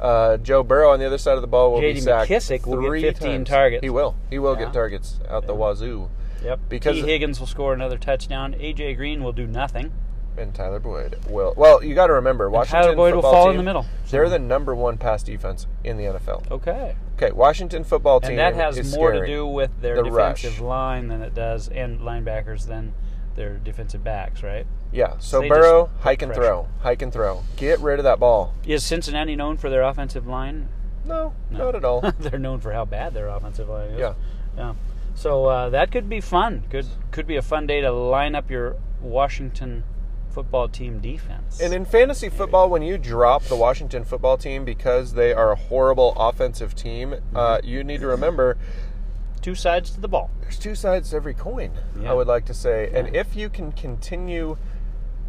[SPEAKER 2] Uh, Joe Burrow on the other side of the ball will be
[SPEAKER 1] JD
[SPEAKER 2] sacked.
[SPEAKER 1] McKissick will get
[SPEAKER 2] three
[SPEAKER 1] 15
[SPEAKER 2] times.
[SPEAKER 1] targets.
[SPEAKER 2] He will. He will
[SPEAKER 1] Yeah.
[SPEAKER 2] get targets out the wazoo.
[SPEAKER 1] Yep.
[SPEAKER 2] Because-
[SPEAKER 1] T. Higgins will score another touchdown. AJ Green will do nothing.
[SPEAKER 2] And Tyler Boyd will. Well, you got to remember, Washington
[SPEAKER 1] Tyler Boyd will
[SPEAKER 2] football
[SPEAKER 1] fall in
[SPEAKER 2] team,
[SPEAKER 1] the middle.
[SPEAKER 2] They're the number one pass defense in the NFL.
[SPEAKER 1] Okay.
[SPEAKER 2] Okay, Washington football team.
[SPEAKER 1] and that has
[SPEAKER 2] is
[SPEAKER 1] more
[SPEAKER 2] scary.
[SPEAKER 1] to do with their
[SPEAKER 2] The
[SPEAKER 1] defensive
[SPEAKER 2] rush.
[SPEAKER 1] line than it does and linebackers than their defensive backs, right?
[SPEAKER 2] Yeah. So
[SPEAKER 1] They just
[SPEAKER 2] Burrow,
[SPEAKER 1] put
[SPEAKER 2] hike and
[SPEAKER 1] pressure.
[SPEAKER 2] throw, hike and throw. Get rid of that ball.
[SPEAKER 1] Is Cincinnati known for their offensive line?
[SPEAKER 2] No,
[SPEAKER 1] No.
[SPEAKER 2] not
[SPEAKER 1] (laughs)
[SPEAKER 2] at all.
[SPEAKER 1] They're known for how bad their offensive line is.
[SPEAKER 2] Yeah.
[SPEAKER 1] Yeah. So uh, that could be fun. Could could be a fun day to line up your Washington football team defense.
[SPEAKER 2] And in fantasy football, when you drop the Washington football team because they are a horrible offensive team, uh,
[SPEAKER 1] Mm-hmm.
[SPEAKER 2] you need to remember
[SPEAKER 1] Two sides to the ball.
[SPEAKER 2] there's two sides to every coin,
[SPEAKER 1] Yeah.
[SPEAKER 2] I would like to say. And
[SPEAKER 1] Yeah.
[SPEAKER 2] if you can continue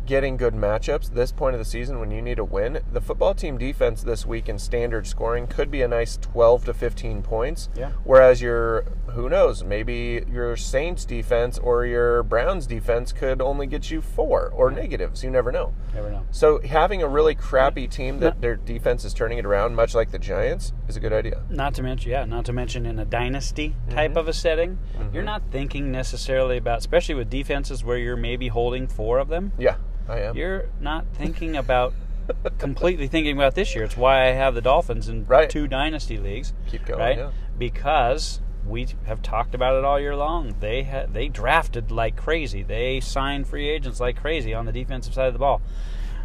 [SPEAKER 2] getting good matchups this point of the season when you need a win, the football team defense this week in standard scoring could be a nice 12 to 15 points.
[SPEAKER 1] Yeah.
[SPEAKER 2] Whereas your, who knows, maybe your Saints defense or your Browns defense could only get you four or negatives. You never know.
[SPEAKER 1] Never know.
[SPEAKER 2] So having a really crappy team that their defense is turning it around, much like the Giants, is a good idea.
[SPEAKER 1] Not to mention, yeah, not to mention in a dynasty
[SPEAKER 2] Mm-hmm.
[SPEAKER 1] type of a setting, you're not thinking necessarily about, especially with defenses where you're maybe holding four of them.
[SPEAKER 2] Yeah, I am.
[SPEAKER 1] You're not thinking
[SPEAKER 2] (laughs)
[SPEAKER 1] about completely thinking about this year. It's why I have the Dolphins in
[SPEAKER 2] Right.
[SPEAKER 1] two dynasty leagues.
[SPEAKER 2] Keep going,
[SPEAKER 1] right?
[SPEAKER 2] yeah.
[SPEAKER 1] Because we have talked about it all year long. They ha- they drafted like crazy. They signed free agents like crazy on the defensive side of the ball.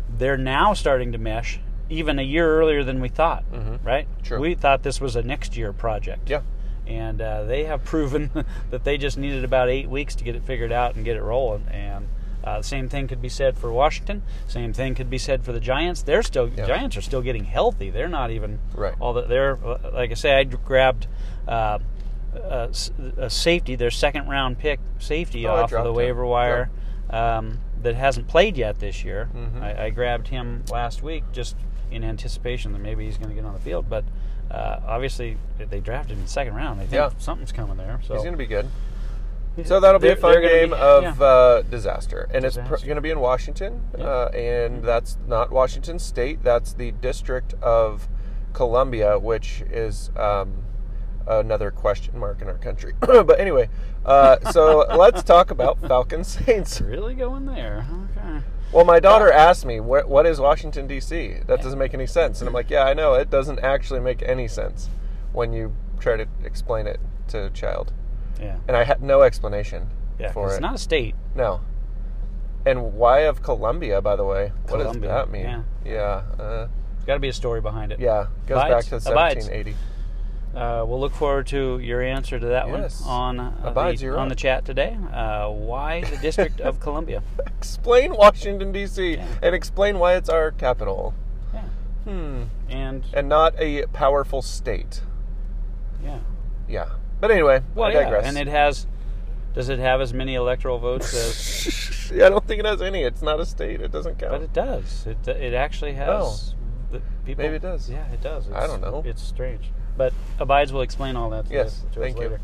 [SPEAKER 1] They're now starting to mesh, even a year earlier than we thought. Right?
[SPEAKER 2] Mm-hmm. True.
[SPEAKER 1] We thought this was a next year project.
[SPEAKER 2] Yeah,
[SPEAKER 1] And uh, they have proven (laughs) that they just needed about eight weeks to get it figured out and get it rolling. And uh, the same thing could be said for Washington. Same thing could be said for the Giants. They're still
[SPEAKER 2] Yeah.
[SPEAKER 1] Giants are still getting healthy. They're not even
[SPEAKER 2] Right.
[SPEAKER 1] All that they're like I say, I grabbed uh, a, s- a safety, their second round pick safety
[SPEAKER 2] Oh, I
[SPEAKER 1] off of
[SPEAKER 2] dropped
[SPEAKER 1] the
[SPEAKER 2] him.
[SPEAKER 1] waiver wire um, that hasn't played yet this year.
[SPEAKER 2] Mm-hmm.
[SPEAKER 1] I, I grabbed him last week just in anticipation that maybe he's going to get on the field. But uh, obviously, if they drafted him in the second round. They think
[SPEAKER 2] Yeah.
[SPEAKER 1] something's coming there. So
[SPEAKER 2] he's going to be good. So that'll be a fun game of uh, disaster, and it's
[SPEAKER 1] Disaster.
[SPEAKER 2] pr- going to be in Washington,
[SPEAKER 1] Yeah. Mm-hmm.
[SPEAKER 2] uh, and that's not Washington State. That's the District of Columbia, which is um, another question mark in our country. (coughs) but anyway,
[SPEAKER 1] (laughs)
[SPEAKER 2] uh, so let's talk about Falcons Saints.
[SPEAKER 1] really going there. Okay.
[SPEAKER 2] Well, my daughter asked me, what, what is Washington, D.C.? That doesn't make any sense. And I'm like, yeah, I know. It doesn't actually make any sense when you try to explain it to a child.
[SPEAKER 1] Yeah.
[SPEAKER 2] And I had no explanation
[SPEAKER 1] Yeah. 'cause
[SPEAKER 2] for
[SPEAKER 1] it's
[SPEAKER 2] it.
[SPEAKER 1] not a state.
[SPEAKER 2] no. And why of Columbia, by the way? What does
[SPEAKER 1] Columbia,
[SPEAKER 2] that mean? Yeah. Yeah. Uh,
[SPEAKER 1] There's got to be a story behind it.
[SPEAKER 2] yeah. Goes back
[SPEAKER 1] Abides.
[SPEAKER 2] to
[SPEAKER 1] Abides.
[SPEAKER 2] 1780.
[SPEAKER 1] Uh, we'll look forward to your answer to that
[SPEAKER 2] Yes.
[SPEAKER 1] one on uh,
[SPEAKER 2] Abides,
[SPEAKER 1] the,
[SPEAKER 2] you're
[SPEAKER 1] on
[SPEAKER 2] up.
[SPEAKER 1] the chat today. Uh, why the District of
[SPEAKER 2] (laughs)
[SPEAKER 1] Columbia?
[SPEAKER 2] Explain Washington, D.C.
[SPEAKER 1] Yeah.
[SPEAKER 2] and explain why it's our capital.
[SPEAKER 1] Yeah.
[SPEAKER 2] Hmm.
[SPEAKER 1] And
[SPEAKER 2] And not a powerful state.
[SPEAKER 1] yeah.
[SPEAKER 2] Yeah. But anyway,
[SPEAKER 1] Well,
[SPEAKER 2] I
[SPEAKER 1] yeah.
[SPEAKER 2] digress.
[SPEAKER 1] And it has. Does it have as many electoral votes as?
[SPEAKER 2] (laughs) I don't think it has any. It's not a state. It doesn't count.
[SPEAKER 1] But it does. It it actually has. The people,
[SPEAKER 2] Oh. Maybe it does.
[SPEAKER 1] Yeah, it does. It's,
[SPEAKER 2] don't know.
[SPEAKER 1] It's strange. But Abides will explain all that to
[SPEAKER 2] Yes,
[SPEAKER 1] us, to
[SPEAKER 2] thank
[SPEAKER 1] us
[SPEAKER 2] you.
[SPEAKER 1] later.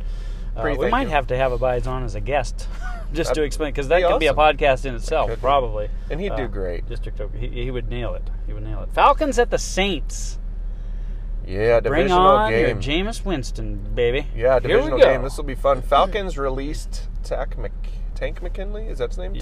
[SPEAKER 1] Uh,
[SPEAKER 2] Pre-
[SPEAKER 1] we
[SPEAKER 2] thank
[SPEAKER 1] might
[SPEAKER 2] you.
[SPEAKER 1] have to have Abides on as a guest (laughs) just to
[SPEAKER 2] That'd
[SPEAKER 1] explain because that
[SPEAKER 2] be
[SPEAKER 1] could be a
[SPEAKER 2] awesome.
[SPEAKER 1] podcast in itself,
[SPEAKER 2] could be.
[SPEAKER 1] probably. Uh,
[SPEAKER 2] And he'd do great.
[SPEAKER 1] District of, he, he would nail it. He would nail it. Falcons at the Saints.
[SPEAKER 2] yeah,
[SPEAKER 1] Bring
[SPEAKER 2] divisional
[SPEAKER 1] on your
[SPEAKER 2] game.
[SPEAKER 1] Jameis Winston, baby.
[SPEAKER 2] yeah,
[SPEAKER 1] Here we
[SPEAKER 2] divisional
[SPEAKER 1] go.
[SPEAKER 2] game. This will be fun. Falcons released Tack Mc- Tank McKinley. Is that his name?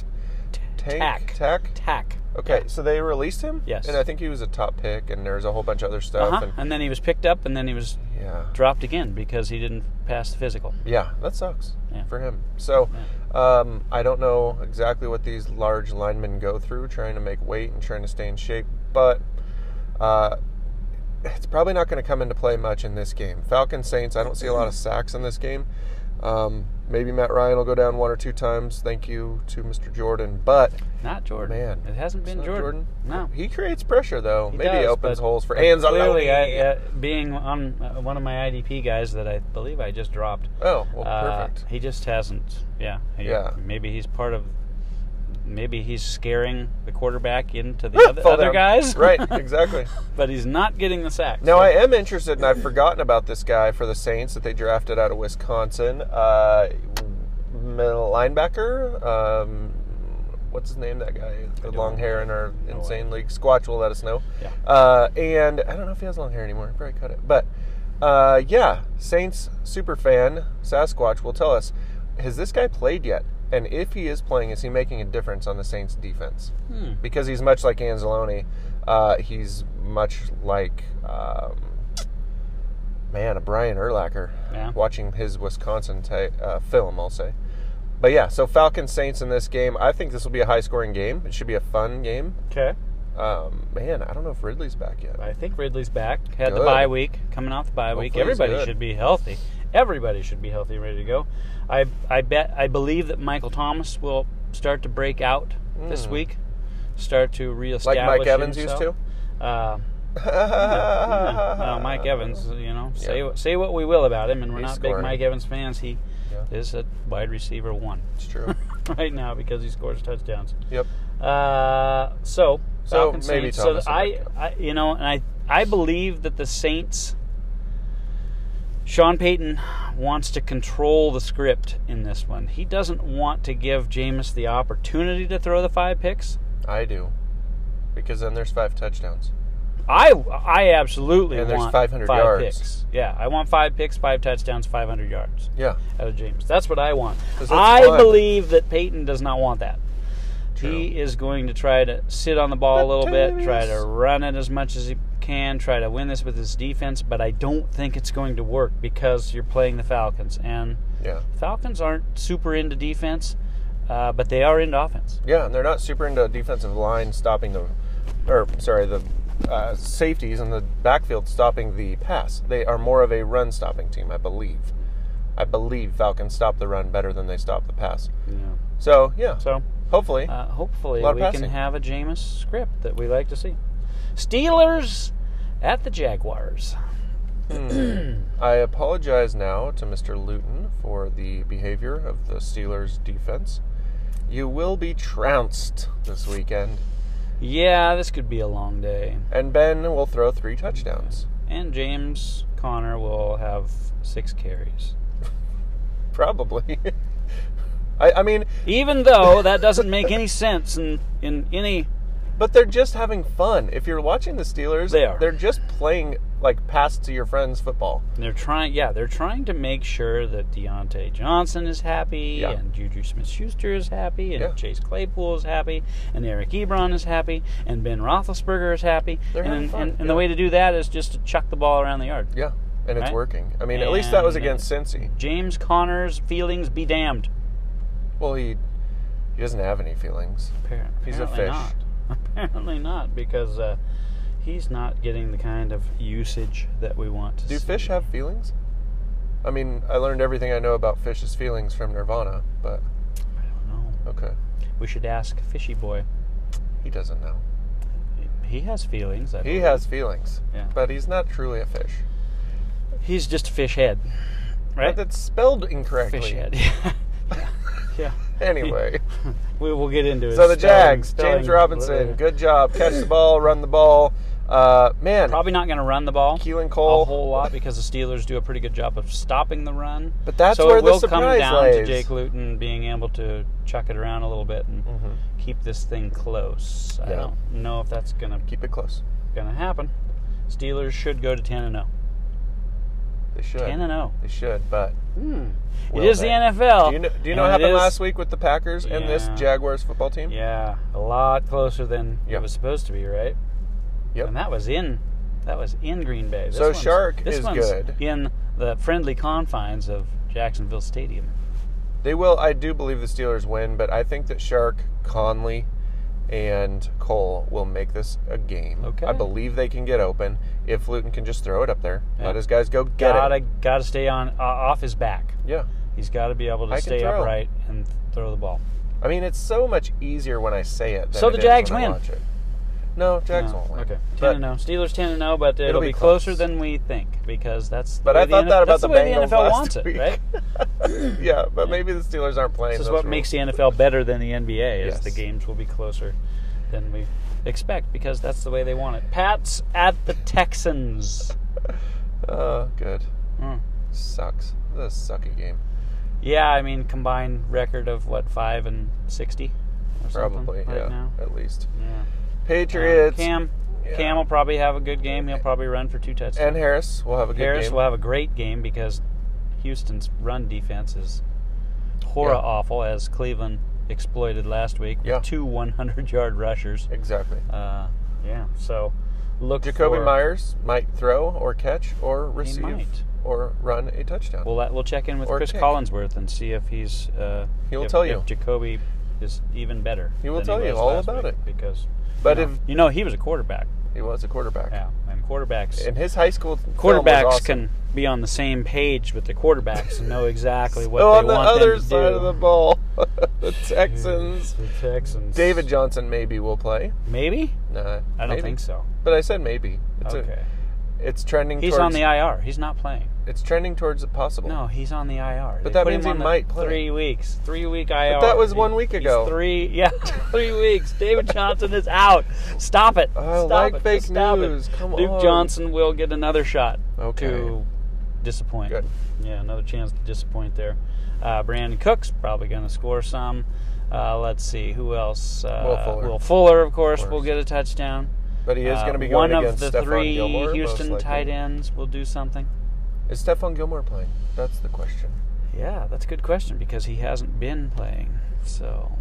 [SPEAKER 2] Tank
[SPEAKER 1] Tack.
[SPEAKER 2] Tack.
[SPEAKER 1] Tack.
[SPEAKER 2] Okay, so they released him.
[SPEAKER 1] Yes.
[SPEAKER 2] And I think he was a top pick, and there was a whole bunch of other stuff.
[SPEAKER 1] Uh-huh.
[SPEAKER 2] And
[SPEAKER 1] And then he was picked up, and then he was
[SPEAKER 2] yeah,
[SPEAKER 1] dropped again because he didn't pass the physical.
[SPEAKER 2] yeah, that sucks
[SPEAKER 1] Yeah.
[SPEAKER 2] for him. So, um, I don't know exactly what these large linemen go through trying to make weight and trying to stay in shape, but uh, it's probably not going to come into play much in this game. Falcons Saints. I don't see a lot of sacks in this game. Um, maybe Matt Ryan will go down one or two times. Thank you to Mr. Jordan, but
[SPEAKER 1] Not Jordan.
[SPEAKER 2] Man,
[SPEAKER 1] it hasn't
[SPEAKER 2] it's
[SPEAKER 1] been
[SPEAKER 2] not
[SPEAKER 1] Jordan. No.
[SPEAKER 2] he creates pressure though.
[SPEAKER 1] He
[SPEAKER 2] maybe he
[SPEAKER 1] does,
[SPEAKER 2] opens
[SPEAKER 1] but-
[SPEAKER 2] holes for
[SPEAKER 1] but
[SPEAKER 2] hands on
[SPEAKER 1] Clearly, I, uh, being on uh, one of my IDP guys that I believe I just dropped.
[SPEAKER 2] Oh, well,
[SPEAKER 1] uh,
[SPEAKER 2] perfect.
[SPEAKER 1] He just hasn't. Yeah. he-
[SPEAKER 2] Yeah.
[SPEAKER 1] Maybe he's part of. Maybe he's scaring the quarterback into the (laughs) other,
[SPEAKER 2] (laughs) Fall
[SPEAKER 1] other
[SPEAKER 2] down.
[SPEAKER 1] guys. (laughs)
[SPEAKER 2] right, exactly.
[SPEAKER 1] but he's not getting the sacks.
[SPEAKER 2] Now
[SPEAKER 1] So-
[SPEAKER 2] I am interested, and I've forgotten about this guy for the Saints that they drafted out of Wisconsin, uh, middle linebacker. Um, what's his name? That guy, the
[SPEAKER 1] don't
[SPEAKER 2] long hair in our
[SPEAKER 1] know.
[SPEAKER 2] insane league. Squatch will let us know.
[SPEAKER 1] Yeah.
[SPEAKER 2] Uh, and I don't know if he has long hair anymore. Probably cut it. But uh, yeah, Saints super fan Sasquatch will tell us: Has this guy played yet? And if he is playing, is he making a difference on the Saints defense?
[SPEAKER 1] Hmm.
[SPEAKER 2] because he's much like Anzalone. Uh, he's much like um, man, a Brian Urlacher.
[SPEAKER 1] Yeah.
[SPEAKER 2] Watching his Wisconsin ta- uh, film, I'll say. But yeah, so Falcons Saints in this game. I think this will be a high scoring game. It should be a fun game.
[SPEAKER 1] Okay.
[SPEAKER 2] Um, man, I don't know if Ridley's back yet.
[SPEAKER 1] I think Ridley's back. Had the
[SPEAKER 2] Good.
[SPEAKER 1] bye week, coming off the bye week.
[SPEAKER 2] Hopefully he's
[SPEAKER 1] Everybody
[SPEAKER 2] good.
[SPEAKER 1] should be healthy. Everybody should be healthy and ready to go. I I bet I believe that Michael Thomas will start to break out this
[SPEAKER 2] Mm.
[SPEAKER 1] week. Start to reestablish
[SPEAKER 2] Like Mike Evans
[SPEAKER 1] himself.
[SPEAKER 2] used
[SPEAKER 1] to. Uh,
[SPEAKER 2] to.
[SPEAKER 1] yeah, yeah. Uh,
[SPEAKER 2] (laughs)
[SPEAKER 1] Mike Evans, you know, say
[SPEAKER 2] Yeah.
[SPEAKER 1] say what we will about him, and we're
[SPEAKER 2] He's
[SPEAKER 1] not big
[SPEAKER 2] scoring.
[SPEAKER 1] Mike Evans fans. He
[SPEAKER 2] Yeah,
[SPEAKER 1] is a wide receiver one (laughs)
[SPEAKER 2] it's true.
[SPEAKER 1] right now because he scores touchdowns.
[SPEAKER 2] (laughs) Yep.
[SPEAKER 1] Uh, so
[SPEAKER 2] So
[SPEAKER 1] Falcons,
[SPEAKER 2] maybe
[SPEAKER 1] Saints.
[SPEAKER 2] Thomas
[SPEAKER 1] so
[SPEAKER 2] will
[SPEAKER 1] I,
[SPEAKER 2] pick up.
[SPEAKER 1] I, you know, and I, I believe that the Saints, Sean Payton, wants to control the script in this one. He doesn't want to give Jameis the opportunity to throw the five picks.
[SPEAKER 2] I do. Because then there's five touchdowns.
[SPEAKER 1] I, I absolutely
[SPEAKER 2] And there's
[SPEAKER 1] want
[SPEAKER 2] 500
[SPEAKER 1] five
[SPEAKER 2] yards.
[SPEAKER 1] picks. Yeah, I want five picks, five touchdowns, 500 yards.
[SPEAKER 2] Yeah.
[SPEAKER 1] out of James. That's what I want.
[SPEAKER 2] 'Cause that's
[SPEAKER 1] I
[SPEAKER 2] fun.
[SPEAKER 1] believe that Peyton does not want that.
[SPEAKER 2] True.
[SPEAKER 1] He is going to try to sit on the ball a little bit, try to
[SPEAKER 2] Potatoes.
[SPEAKER 1] run it as much as he can, try to win this with his defense, but I don't think it's going to work because you're playing the Falcons. And
[SPEAKER 2] Yeah.
[SPEAKER 1] Falcons aren't super into defense, uh, but they are into offense.
[SPEAKER 2] Yeah, and they're not super into defensive line stopping the, or sorry, the uh, safeties in the backfield stopping the pass. They are more of a run stopping team, I believe. I believe Falcons stop the run better than they stop the pass. So yeah,
[SPEAKER 1] So
[SPEAKER 2] hopefully.
[SPEAKER 1] uh, hopefully
[SPEAKER 2] A lot of
[SPEAKER 1] we
[SPEAKER 2] passing.
[SPEAKER 1] can have a Jameis script that we like to see. Steelers at the Jaguars.
[SPEAKER 2] Hmm. I apologize now to Mr. Luton for the behavior of the Steelers defense. You will be trounced this weekend,
[SPEAKER 1] Yeah, this could be a long day.
[SPEAKER 2] and Ben will throw three touchdowns.
[SPEAKER 1] And James Connor will have six carries.
[SPEAKER 2] Probably. (laughs) I, I mean,
[SPEAKER 1] Even though that doesn't make any sense in, in any.
[SPEAKER 2] But they're just having fun. If you're watching the Steelers,
[SPEAKER 1] They are.
[SPEAKER 2] They're just playing like pass to your friends football.
[SPEAKER 1] They're trying, yeah, they're trying to make sure that Deontay Johnson is happy,
[SPEAKER 2] Yeah.
[SPEAKER 1] and Juju Smith Schuster is happy, and
[SPEAKER 2] Yeah.
[SPEAKER 1] Chase Claypool is happy, and Eric Ebron is happy, and Ben Roethlisberger is happy.
[SPEAKER 2] They're
[SPEAKER 1] and
[SPEAKER 2] having fun,
[SPEAKER 1] and, and
[SPEAKER 2] yeah.
[SPEAKER 1] the way to do that is just to chuck the ball around the yard.
[SPEAKER 2] Yeah, and it's
[SPEAKER 1] Right.
[SPEAKER 2] working. I mean, at least that was
[SPEAKER 1] And-
[SPEAKER 2] against Cincy.
[SPEAKER 1] James Connor's feelings be damned.
[SPEAKER 2] Well, he he doesn't have any feelings.
[SPEAKER 1] Appar- Apparently
[SPEAKER 2] He's a
[SPEAKER 1] Not. (laughs)
[SPEAKER 2] fish.
[SPEAKER 1] Apparently not, because uh, he's not getting the kind of usage that we want to
[SPEAKER 2] Do
[SPEAKER 1] see.
[SPEAKER 2] fish have feelings? I mean, I learned everything I know about fish's feelings from Nirvana, but
[SPEAKER 1] I don't know.
[SPEAKER 2] okay,
[SPEAKER 1] We should ask Fishy Boy.
[SPEAKER 2] he doesn't know.
[SPEAKER 1] He has feelings. I
[SPEAKER 2] He
[SPEAKER 1] believe.
[SPEAKER 2] has feelings,
[SPEAKER 1] Yeah.
[SPEAKER 2] but he's not truly a fish.
[SPEAKER 1] He's just a fish head, right?
[SPEAKER 2] But that's spelled incorrectly.
[SPEAKER 1] Fish head. (laughs) Yeah. yeah. (laughs)
[SPEAKER 2] (laughs) Anyway,
[SPEAKER 1] We will get into it.
[SPEAKER 2] so the Jags, James Robinson, good job. Catch the ball, run the ball. Uh, man,
[SPEAKER 1] Probably not going to run the ball
[SPEAKER 2] Keelan
[SPEAKER 1] a
[SPEAKER 2] Cole.
[SPEAKER 1] whole lot because the Steelers do a pretty good job of stopping the run.
[SPEAKER 2] But that's
[SPEAKER 1] so
[SPEAKER 2] where
[SPEAKER 1] it
[SPEAKER 2] the
[SPEAKER 1] will come
[SPEAKER 2] surprise
[SPEAKER 1] down to
[SPEAKER 2] lays.
[SPEAKER 1] Jake Luton being able to chuck it around a little bit and
[SPEAKER 2] Mm-hmm.
[SPEAKER 1] keep this thing close. I
[SPEAKER 2] Yeah.
[SPEAKER 1] don't know if that's gonna
[SPEAKER 2] Keep it close.
[SPEAKER 1] gonna happen. Steelers should go to ten and zero.
[SPEAKER 2] They should.
[SPEAKER 1] Ten and zero.
[SPEAKER 2] They should, but
[SPEAKER 1] It
[SPEAKER 2] Will
[SPEAKER 1] is
[SPEAKER 2] they?
[SPEAKER 1] the NFL.
[SPEAKER 2] Hmm. do you know, do you know what
[SPEAKER 1] and it
[SPEAKER 2] happened
[SPEAKER 1] is-
[SPEAKER 2] last week with the Packers and this
[SPEAKER 1] Yeah.
[SPEAKER 2] Jaguars football team?
[SPEAKER 1] Yeah, a lot closer than it
[SPEAKER 2] Yep.
[SPEAKER 1] was supposed to be, right?
[SPEAKER 2] Yep.
[SPEAKER 1] And that was in that was in Green Bay. This
[SPEAKER 2] So
[SPEAKER 1] one's-
[SPEAKER 2] Shark
[SPEAKER 1] this
[SPEAKER 2] is
[SPEAKER 1] one's
[SPEAKER 2] good.
[SPEAKER 1] in the friendly confines of Jacksonville Stadium.
[SPEAKER 2] They will. I do believe the Steelers win, but I think that Shark Conley and Cole will make this a game.
[SPEAKER 1] Okay.
[SPEAKER 2] I believe they can get open if Luton can just throw it up there.
[SPEAKER 1] Yeah.
[SPEAKER 2] Let his guys go get
[SPEAKER 1] gotta
[SPEAKER 2] it.
[SPEAKER 1] gotta stay on uh, off his back.
[SPEAKER 2] Yeah.
[SPEAKER 1] He's got to be able to
[SPEAKER 2] I can
[SPEAKER 1] stay
[SPEAKER 2] throw.
[SPEAKER 1] upright and th- throw the ball.
[SPEAKER 2] I mean, it's so much easier when I say it. Than
[SPEAKER 1] So
[SPEAKER 2] it
[SPEAKER 1] the
[SPEAKER 2] is
[SPEAKER 1] Jags
[SPEAKER 2] when I
[SPEAKER 1] win.
[SPEAKER 2] watch it. No, Jags
[SPEAKER 1] No,
[SPEAKER 2] won't win.
[SPEAKER 1] Okay,
[SPEAKER 2] But-
[SPEAKER 1] ten and zero. Steelers ten and zero, but it'll,
[SPEAKER 2] It'll
[SPEAKER 1] be,
[SPEAKER 2] be
[SPEAKER 1] closer
[SPEAKER 2] close.
[SPEAKER 1] than we think because that's. The
[SPEAKER 2] But
[SPEAKER 1] way
[SPEAKER 2] I
[SPEAKER 1] the
[SPEAKER 2] thought
[SPEAKER 1] N-
[SPEAKER 2] that about
[SPEAKER 1] that's
[SPEAKER 2] the
[SPEAKER 1] the way
[SPEAKER 2] Bengals
[SPEAKER 1] the NFL
[SPEAKER 2] last
[SPEAKER 1] wants it,
[SPEAKER 2] week. (laughs)
[SPEAKER 1] right?
[SPEAKER 2] (clears throat) yeah, but maybe the Steelers aren't playing.
[SPEAKER 1] This is
[SPEAKER 2] those
[SPEAKER 1] what
[SPEAKER 2] rules.
[SPEAKER 1] makes the NFL better than the NBA is
[SPEAKER 2] Yes.
[SPEAKER 1] the games will be closer than we expect because that's the way they want it. Pats at the Texans.
[SPEAKER 2] Oh, good.
[SPEAKER 1] Mm.
[SPEAKER 2] Sucks. This is a sucky game.
[SPEAKER 1] Yeah, I mean combined record of what five and sixty, or something
[SPEAKER 2] Probably,
[SPEAKER 1] right
[SPEAKER 2] yeah.
[SPEAKER 1] now.
[SPEAKER 2] At least.
[SPEAKER 1] Yeah. Uh,
[SPEAKER 2] Patriots.
[SPEAKER 1] Cam.
[SPEAKER 2] Yeah.
[SPEAKER 1] Cam will probably have a good game. He'll probably run for two touchdowns.
[SPEAKER 2] and Harris will have a good
[SPEAKER 1] Harris
[SPEAKER 2] game.
[SPEAKER 1] will have a great game because Houston's run defense is horror
[SPEAKER 2] Yeah.
[SPEAKER 1] awful, as Cleveland exploited last week with
[SPEAKER 2] Yeah.
[SPEAKER 1] two 100 yard rushers.
[SPEAKER 2] exactly.
[SPEAKER 1] Uh, yeah, so look
[SPEAKER 2] Jacoby
[SPEAKER 1] for,
[SPEAKER 2] Myers might throw or catch or
[SPEAKER 1] He
[SPEAKER 2] receive.
[SPEAKER 1] might.
[SPEAKER 2] or run a touchdown.
[SPEAKER 1] We'll uh, we'll check in with
[SPEAKER 2] Or
[SPEAKER 1] Chris
[SPEAKER 2] kick.
[SPEAKER 1] Collinsworth and see if he's. Uh,
[SPEAKER 2] He'll
[SPEAKER 1] if-
[SPEAKER 2] tell
[SPEAKER 1] if
[SPEAKER 2] you.
[SPEAKER 1] Jacoby is even better.
[SPEAKER 2] He will
[SPEAKER 1] than
[SPEAKER 2] tell you
[SPEAKER 1] was
[SPEAKER 2] all
[SPEAKER 1] last
[SPEAKER 2] about
[SPEAKER 1] week
[SPEAKER 2] it.
[SPEAKER 1] because.
[SPEAKER 2] but
[SPEAKER 1] you
[SPEAKER 2] if
[SPEAKER 1] know, you know he was a quarterback.
[SPEAKER 2] he was a quarterback,
[SPEAKER 1] Yeah, and quarterbacks
[SPEAKER 2] and his high school film was
[SPEAKER 1] quarterbacks
[SPEAKER 2] awesome.
[SPEAKER 1] can be on the same page with the quarterbacks and know
[SPEAKER 2] (laughs)
[SPEAKER 1] exactly what
[SPEAKER 2] Oh,
[SPEAKER 1] they
[SPEAKER 2] on the
[SPEAKER 1] want
[SPEAKER 2] other
[SPEAKER 1] them to
[SPEAKER 2] side
[SPEAKER 1] do.
[SPEAKER 2] of the ball, (laughs) the Texans.
[SPEAKER 1] The Texans.
[SPEAKER 2] David Johnson maybe will play.
[SPEAKER 1] Maybe?
[SPEAKER 2] Nah,
[SPEAKER 1] I don't think so.
[SPEAKER 2] But I said maybe. It's a-
[SPEAKER 1] okay.
[SPEAKER 2] it's trending.
[SPEAKER 1] He's
[SPEAKER 2] towards,
[SPEAKER 1] on the IR. He's not playing.
[SPEAKER 2] It's trending towards the possible.
[SPEAKER 1] No, he's on the IR.
[SPEAKER 2] But
[SPEAKER 1] They
[SPEAKER 2] that
[SPEAKER 1] put
[SPEAKER 2] means
[SPEAKER 1] him
[SPEAKER 2] he
[SPEAKER 1] on the
[SPEAKER 2] might play.
[SPEAKER 1] Three weeks. Three week IR.
[SPEAKER 2] that was one week
[SPEAKER 1] He's
[SPEAKER 2] ago.
[SPEAKER 1] three. Yeah, (laughs) three weeks. David Johnson is out. Stop it.
[SPEAKER 2] I
[SPEAKER 1] Stop
[SPEAKER 2] like
[SPEAKER 1] it.
[SPEAKER 2] fake
[SPEAKER 1] Stop
[SPEAKER 2] news.
[SPEAKER 1] It.
[SPEAKER 2] Come
[SPEAKER 1] Duke
[SPEAKER 2] on.
[SPEAKER 1] Johnson will get another shot
[SPEAKER 2] Okay.
[SPEAKER 1] to disappoint.
[SPEAKER 2] Good.
[SPEAKER 1] Yeah, another chance to disappoint there. Uh, Brandon Cook's probably going to score some. Uh, let's see who else. Uh,
[SPEAKER 2] Will Fuller.
[SPEAKER 1] Will Fuller, of course,
[SPEAKER 2] Of course.
[SPEAKER 1] will get a touchdown.
[SPEAKER 2] But he is
[SPEAKER 1] Uh,
[SPEAKER 2] going to be going
[SPEAKER 1] one of
[SPEAKER 2] against
[SPEAKER 1] the
[SPEAKER 2] Stephon
[SPEAKER 1] three
[SPEAKER 2] Gilmore. most
[SPEAKER 1] Houston
[SPEAKER 2] likely.
[SPEAKER 1] tight ends will do something.
[SPEAKER 2] Is Stephon Gilmore playing? That's the question.
[SPEAKER 1] Yeah, that's a good question because he hasn't been playing. So,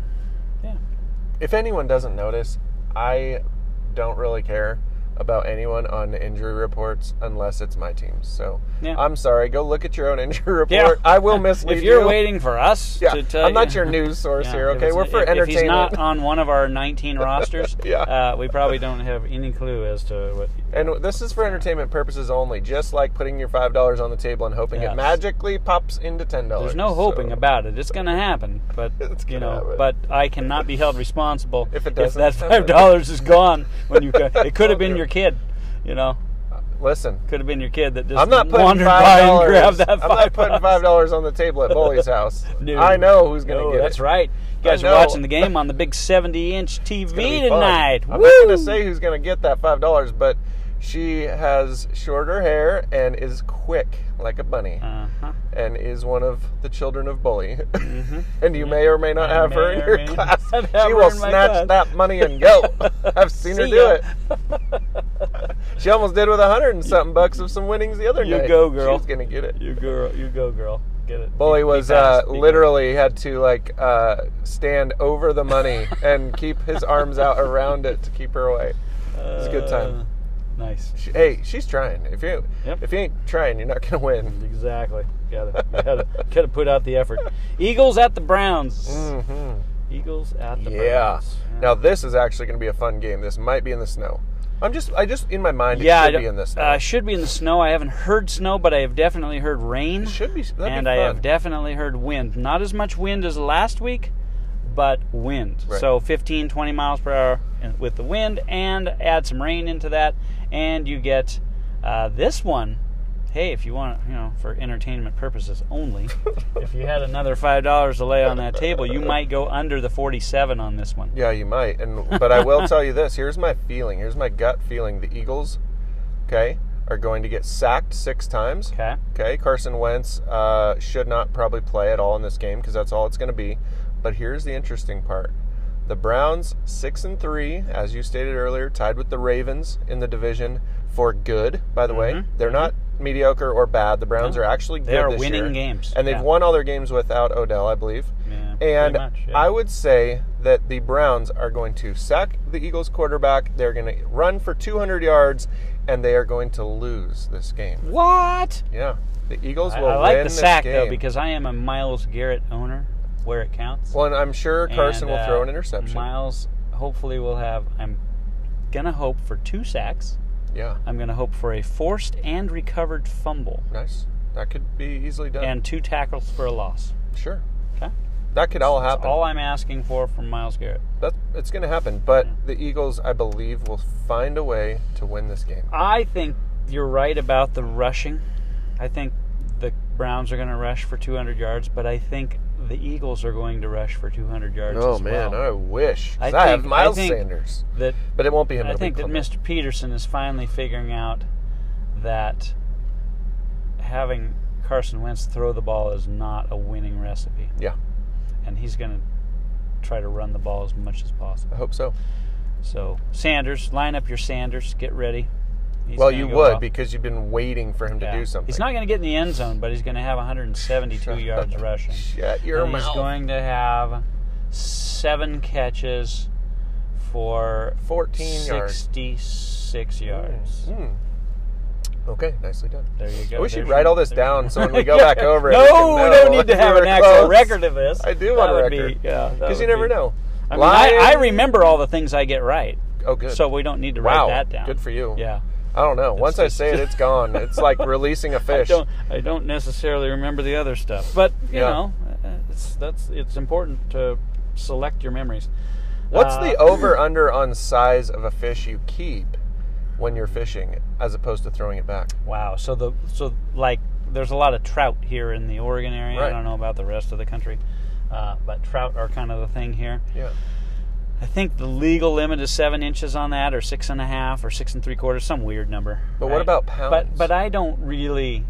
[SPEAKER 1] yeah.
[SPEAKER 2] If anyone doesn't notice, I don't really care about anyone on injury reports unless it's my team. So
[SPEAKER 1] Yeah.
[SPEAKER 2] I'm sorry. Go look at your own (laughs) injury report.
[SPEAKER 1] Yeah. (laughs)
[SPEAKER 2] I will mislead
[SPEAKER 1] if you're
[SPEAKER 2] you.
[SPEAKER 1] waiting for us
[SPEAKER 2] yeah,
[SPEAKER 1] to tell
[SPEAKER 2] I'm not
[SPEAKER 1] you-
[SPEAKER 2] your
[SPEAKER 1] (laughs)
[SPEAKER 2] news source
[SPEAKER 1] Yeah,
[SPEAKER 2] here.
[SPEAKER 1] if
[SPEAKER 2] Okay,
[SPEAKER 1] it's-
[SPEAKER 2] we're for
[SPEAKER 1] if,
[SPEAKER 2] entertainment.
[SPEAKER 1] If he's not on one of our 19 rosters,
[SPEAKER 2] (laughs) Yeah.
[SPEAKER 1] uh, we probably don't have any clue as to what.
[SPEAKER 2] And this is for entertainment purposes only, just like putting your five dollars on the table and hoping
[SPEAKER 1] Yes.
[SPEAKER 2] it magically pops into ten dollars.
[SPEAKER 1] There's no hoping about it. It's going to happen, but
[SPEAKER 2] (laughs) It's
[SPEAKER 1] you
[SPEAKER 2] gonna
[SPEAKER 1] know,
[SPEAKER 2] happen.
[SPEAKER 1] but I cannot be held responsible
[SPEAKER 2] If it doesn't
[SPEAKER 1] that
[SPEAKER 2] happen.
[SPEAKER 1] five dollars is gone when
[SPEAKER 2] (laughs)
[SPEAKER 1] you. Go, it could have
[SPEAKER 2] I'll
[SPEAKER 1] been
[SPEAKER 2] do
[SPEAKER 1] your
[SPEAKER 2] it.
[SPEAKER 1] kid, you know.
[SPEAKER 2] Listen,
[SPEAKER 1] Could have been your kid that just
[SPEAKER 2] I'm not putting
[SPEAKER 1] wandered
[SPEAKER 2] five
[SPEAKER 1] by and grabbed
[SPEAKER 2] dollars.
[SPEAKER 1] that
[SPEAKER 2] I'm
[SPEAKER 1] five.
[SPEAKER 2] not putting
[SPEAKER 1] bucks.
[SPEAKER 2] five dollars on the table at
[SPEAKER 1] (laughs)
[SPEAKER 2] Bully's house.
[SPEAKER 1] No.
[SPEAKER 2] I know who's going to
[SPEAKER 1] No,
[SPEAKER 2] get
[SPEAKER 1] that's
[SPEAKER 2] it.
[SPEAKER 1] right. You
[SPEAKER 2] I
[SPEAKER 1] guys are
[SPEAKER 2] know.
[SPEAKER 1] watching the game on the big 70-inch TV
[SPEAKER 2] It's gonna be fun.
[SPEAKER 1] tonight.
[SPEAKER 2] I'm
[SPEAKER 1] Woo!
[SPEAKER 2] not going to say who's going to get that five dollars, but she has shorter hair and is quick like a bunny,
[SPEAKER 1] Uh-huh.
[SPEAKER 2] and is one of the children of Bully. (laughs) and you may or may not
[SPEAKER 1] Mm. I
[SPEAKER 2] have her
[SPEAKER 1] may
[SPEAKER 2] in
[SPEAKER 1] or
[SPEAKER 2] (laughs) your
[SPEAKER 1] may
[SPEAKER 2] class.
[SPEAKER 1] not have
[SPEAKER 2] She
[SPEAKER 1] her
[SPEAKER 2] will
[SPEAKER 1] in my
[SPEAKER 2] snatch
[SPEAKER 1] class.
[SPEAKER 2] that money and
[SPEAKER 1] (laughs)
[SPEAKER 2] go. I've seen her
[SPEAKER 1] See
[SPEAKER 2] do
[SPEAKER 1] ya.
[SPEAKER 2] it. (laughs) She almost did with a hundred and something bucks of some winnings the other
[SPEAKER 1] You
[SPEAKER 2] night.
[SPEAKER 1] go, girl.
[SPEAKER 2] She was going to get it.
[SPEAKER 1] You girl, you go, girl. Get it.
[SPEAKER 2] Bully
[SPEAKER 1] Be- be
[SPEAKER 2] was uh,
[SPEAKER 1] fast. Be
[SPEAKER 2] literally had to like uh, stand over
[SPEAKER 1] (laughs)
[SPEAKER 2] the money and keep his arms out around it to keep her away.
[SPEAKER 1] quick.
[SPEAKER 2] was a good time.
[SPEAKER 1] Uh, nice.
[SPEAKER 2] She, hey, she's trying. If you
[SPEAKER 1] Yep.
[SPEAKER 2] if you ain't trying, you're not gonna win.
[SPEAKER 1] Exactly. Got to, got to, got to put out the effort. Eagles at the Browns.
[SPEAKER 2] hmm
[SPEAKER 1] Eagles at the
[SPEAKER 2] Yeah.
[SPEAKER 1] Browns.
[SPEAKER 2] Now this is actually gonna be a fun game. This might be in the snow. I'm just I just in my mind it
[SPEAKER 1] yeah, I
[SPEAKER 2] should
[SPEAKER 1] don't-
[SPEAKER 2] be in the snow.
[SPEAKER 1] Uh, should be in the snow. I haven't heard snow, but I have definitely heard rain.
[SPEAKER 2] it should be. That'd
[SPEAKER 1] and
[SPEAKER 2] be
[SPEAKER 1] I
[SPEAKER 2] fun.
[SPEAKER 1] have definitely heard wind. Not as much wind as last week, but wind.
[SPEAKER 2] Right.
[SPEAKER 1] So 15, 20 miles per hour in- with the wind, and add some rain into that, and you get uh, this one. Hey, if you want, you know, for entertainment purposes only,
[SPEAKER 2] (laughs)
[SPEAKER 1] if you had another five dollars to lay on that table, you might go under the forty-seven on this one.
[SPEAKER 2] Yeah, you might. And but I will tell you
[SPEAKER 1] (laughs)
[SPEAKER 2] this. Here's my feeling. Here's my gut feeling. The Eagles, okay, are going to get sacked six times.
[SPEAKER 1] Okay.
[SPEAKER 2] Okay, Carson Wentz uh, should not probably play at all in this game because that's all it's going to be. But here's the interesting part: the Browns six and three, as you stated earlier, tied with the Ravens in the division for good. By the way,
[SPEAKER 1] Mhm,
[SPEAKER 2] they're not mediocre or bad. The Browns
[SPEAKER 1] No.
[SPEAKER 2] are actually
[SPEAKER 1] They
[SPEAKER 2] good
[SPEAKER 1] are
[SPEAKER 2] this
[SPEAKER 1] winning
[SPEAKER 2] year.
[SPEAKER 1] games.
[SPEAKER 2] and they've
[SPEAKER 1] Yeah.
[SPEAKER 2] won all their games without Odell, I believe.
[SPEAKER 1] Yeah, pretty
[SPEAKER 2] And
[SPEAKER 1] much, yeah.
[SPEAKER 2] I would say that the Browns are going to sack the Eagles quarterback. They're going to run for 200 yards, and they are going to lose this game.
[SPEAKER 1] what?
[SPEAKER 2] Yeah, the Eagles
[SPEAKER 1] I,
[SPEAKER 2] will
[SPEAKER 1] I like the
[SPEAKER 2] win this
[SPEAKER 1] sack
[SPEAKER 2] game.
[SPEAKER 1] though because I am a Miles Garrett owner where it counts.
[SPEAKER 2] well, and I'm sure Carson
[SPEAKER 1] And,
[SPEAKER 2] will
[SPEAKER 1] uh,
[SPEAKER 2] throw an interception.
[SPEAKER 1] Miles hopefully will have. I'm gonna hope for two sacks.
[SPEAKER 2] yeah,
[SPEAKER 1] I'm gonna hope for a forced and recovered fumble
[SPEAKER 2] nice. That could be easily done.
[SPEAKER 1] and two tackles for a loss.
[SPEAKER 2] sure,
[SPEAKER 1] Okay,
[SPEAKER 2] that could all
[SPEAKER 1] that's
[SPEAKER 2] happen.
[SPEAKER 1] all I'm asking for from Miles Garrett.
[SPEAKER 2] That's it's going to happen. But the Eagles, I believe, will find a way to win this game.
[SPEAKER 1] I think you're right about the rushing. I think the Browns are gonna rush for 200 yards, but I think the Eagles are going to rush for 200 yards.
[SPEAKER 2] Oh
[SPEAKER 1] as
[SPEAKER 2] man,
[SPEAKER 1] well.
[SPEAKER 2] I wish. 'Cause
[SPEAKER 1] I
[SPEAKER 2] I,
[SPEAKER 1] think-
[SPEAKER 2] have Miles
[SPEAKER 1] I think
[SPEAKER 2] Sanders,
[SPEAKER 1] that
[SPEAKER 2] but it won't be him.
[SPEAKER 1] I
[SPEAKER 2] it'll be
[SPEAKER 1] think that
[SPEAKER 2] Clement.
[SPEAKER 1] Mr. Peterson is finally figuring out that having Carson Wentz throw the ball is not a winning recipe,
[SPEAKER 2] Yeah,
[SPEAKER 1] and he's going to try to run the ball as much as possible.
[SPEAKER 2] I hope so.
[SPEAKER 1] So Sanders, line up your Sanders, get ready. He's
[SPEAKER 2] well,
[SPEAKER 1] gonna
[SPEAKER 2] you
[SPEAKER 1] go
[SPEAKER 2] would
[SPEAKER 1] off.
[SPEAKER 2] because you've been waiting for him to
[SPEAKER 1] Yeah.
[SPEAKER 2] do something.
[SPEAKER 1] He's not going to get in the end zone, but he's going to
[SPEAKER 2] (laughs)
[SPEAKER 1] have 172 yards rushing.
[SPEAKER 2] Shut your
[SPEAKER 1] and he's
[SPEAKER 2] mouth.
[SPEAKER 1] going to have seven catches for
[SPEAKER 2] 14 yards.
[SPEAKER 1] 66 yards.
[SPEAKER 2] Hmm. Okay, nicely done.
[SPEAKER 1] There you go.
[SPEAKER 2] we should
[SPEAKER 1] There's
[SPEAKER 2] write
[SPEAKER 1] your-
[SPEAKER 2] all this
[SPEAKER 1] there's
[SPEAKER 2] down
[SPEAKER 1] your-
[SPEAKER 2] so
[SPEAKER 1] (laughs)
[SPEAKER 2] when we go back over it, we
[SPEAKER 1] no,
[SPEAKER 2] can
[SPEAKER 1] we don't
[SPEAKER 2] know (laughs)
[SPEAKER 1] need to
[SPEAKER 2] if
[SPEAKER 1] have
[SPEAKER 2] we
[SPEAKER 1] an
[SPEAKER 2] were
[SPEAKER 1] actual
[SPEAKER 2] close.
[SPEAKER 1] record
[SPEAKER 2] (laughs)
[SPEAKER 1] of this.
[SPEAKER 2] I do
[SPEAKER 1] That
[SPEAKER 2] want a
[SPEAKER 1] would be-
[SPEAKER 2] record.
[SPEAKER 1] yeah, that
[SPEAKER 2] Because you
[SPEAKER 1] would
[SPEAKER 2] never
[SPEAKER 1] be-
[SPEAKER 2] know.
[SPEAKER 1] I mean, I, I
[SPEAKER 2] Lion-
[SPEAKER 1] remember all the things I get right,
[SPEAKER 2] Oh, good.
[SPEAKER 1] so we don't need to write
[SPEAKER 2] Wow,
[SPEAKER 1] that down.
[SPEAKER 2] good for you.
[SPEAKER 1] Yeah.
[SPEAKER 2] I don't know. Once I
[SPEAKER 1] just-
[SPEAKER 2] say it,
[SPEAKER 1] (laughs)
[SPEAKER 2] it's gone. It's like releasing a
[SPEAKER 1] I
[SPEAKER 2] fish.
[SPEAKER 1] don't, I don't necessarily remember the other stuff, but you
[SPEAKER 2] Yeah.
[SPEAKER 1] know, uh, it's that's it's important to select your memories.
[SPEAKER 2] What's
[SPEAKER 1] Uh,
[SPEAKER 2] the over under on size of a fish you keep when you're fishing as opposed to throwing it back?
[SPEAKER 1] Wow. So the so like there's a lot of trout here in the Oregon area. I
[SPEAKER 2] Right.
[SPEAKER 1] don't know about the rest of the country, uh, but trout are kind of the thing here.
[SPEAKER 2] Yeah.
[SPEAKER 1] I think the legal limit is seven inches on that, or six and a half, or six and three quarters, some weird number.
[SPEAKER 2] But what about pounds?
[SPEAKER 1] But but I don't really.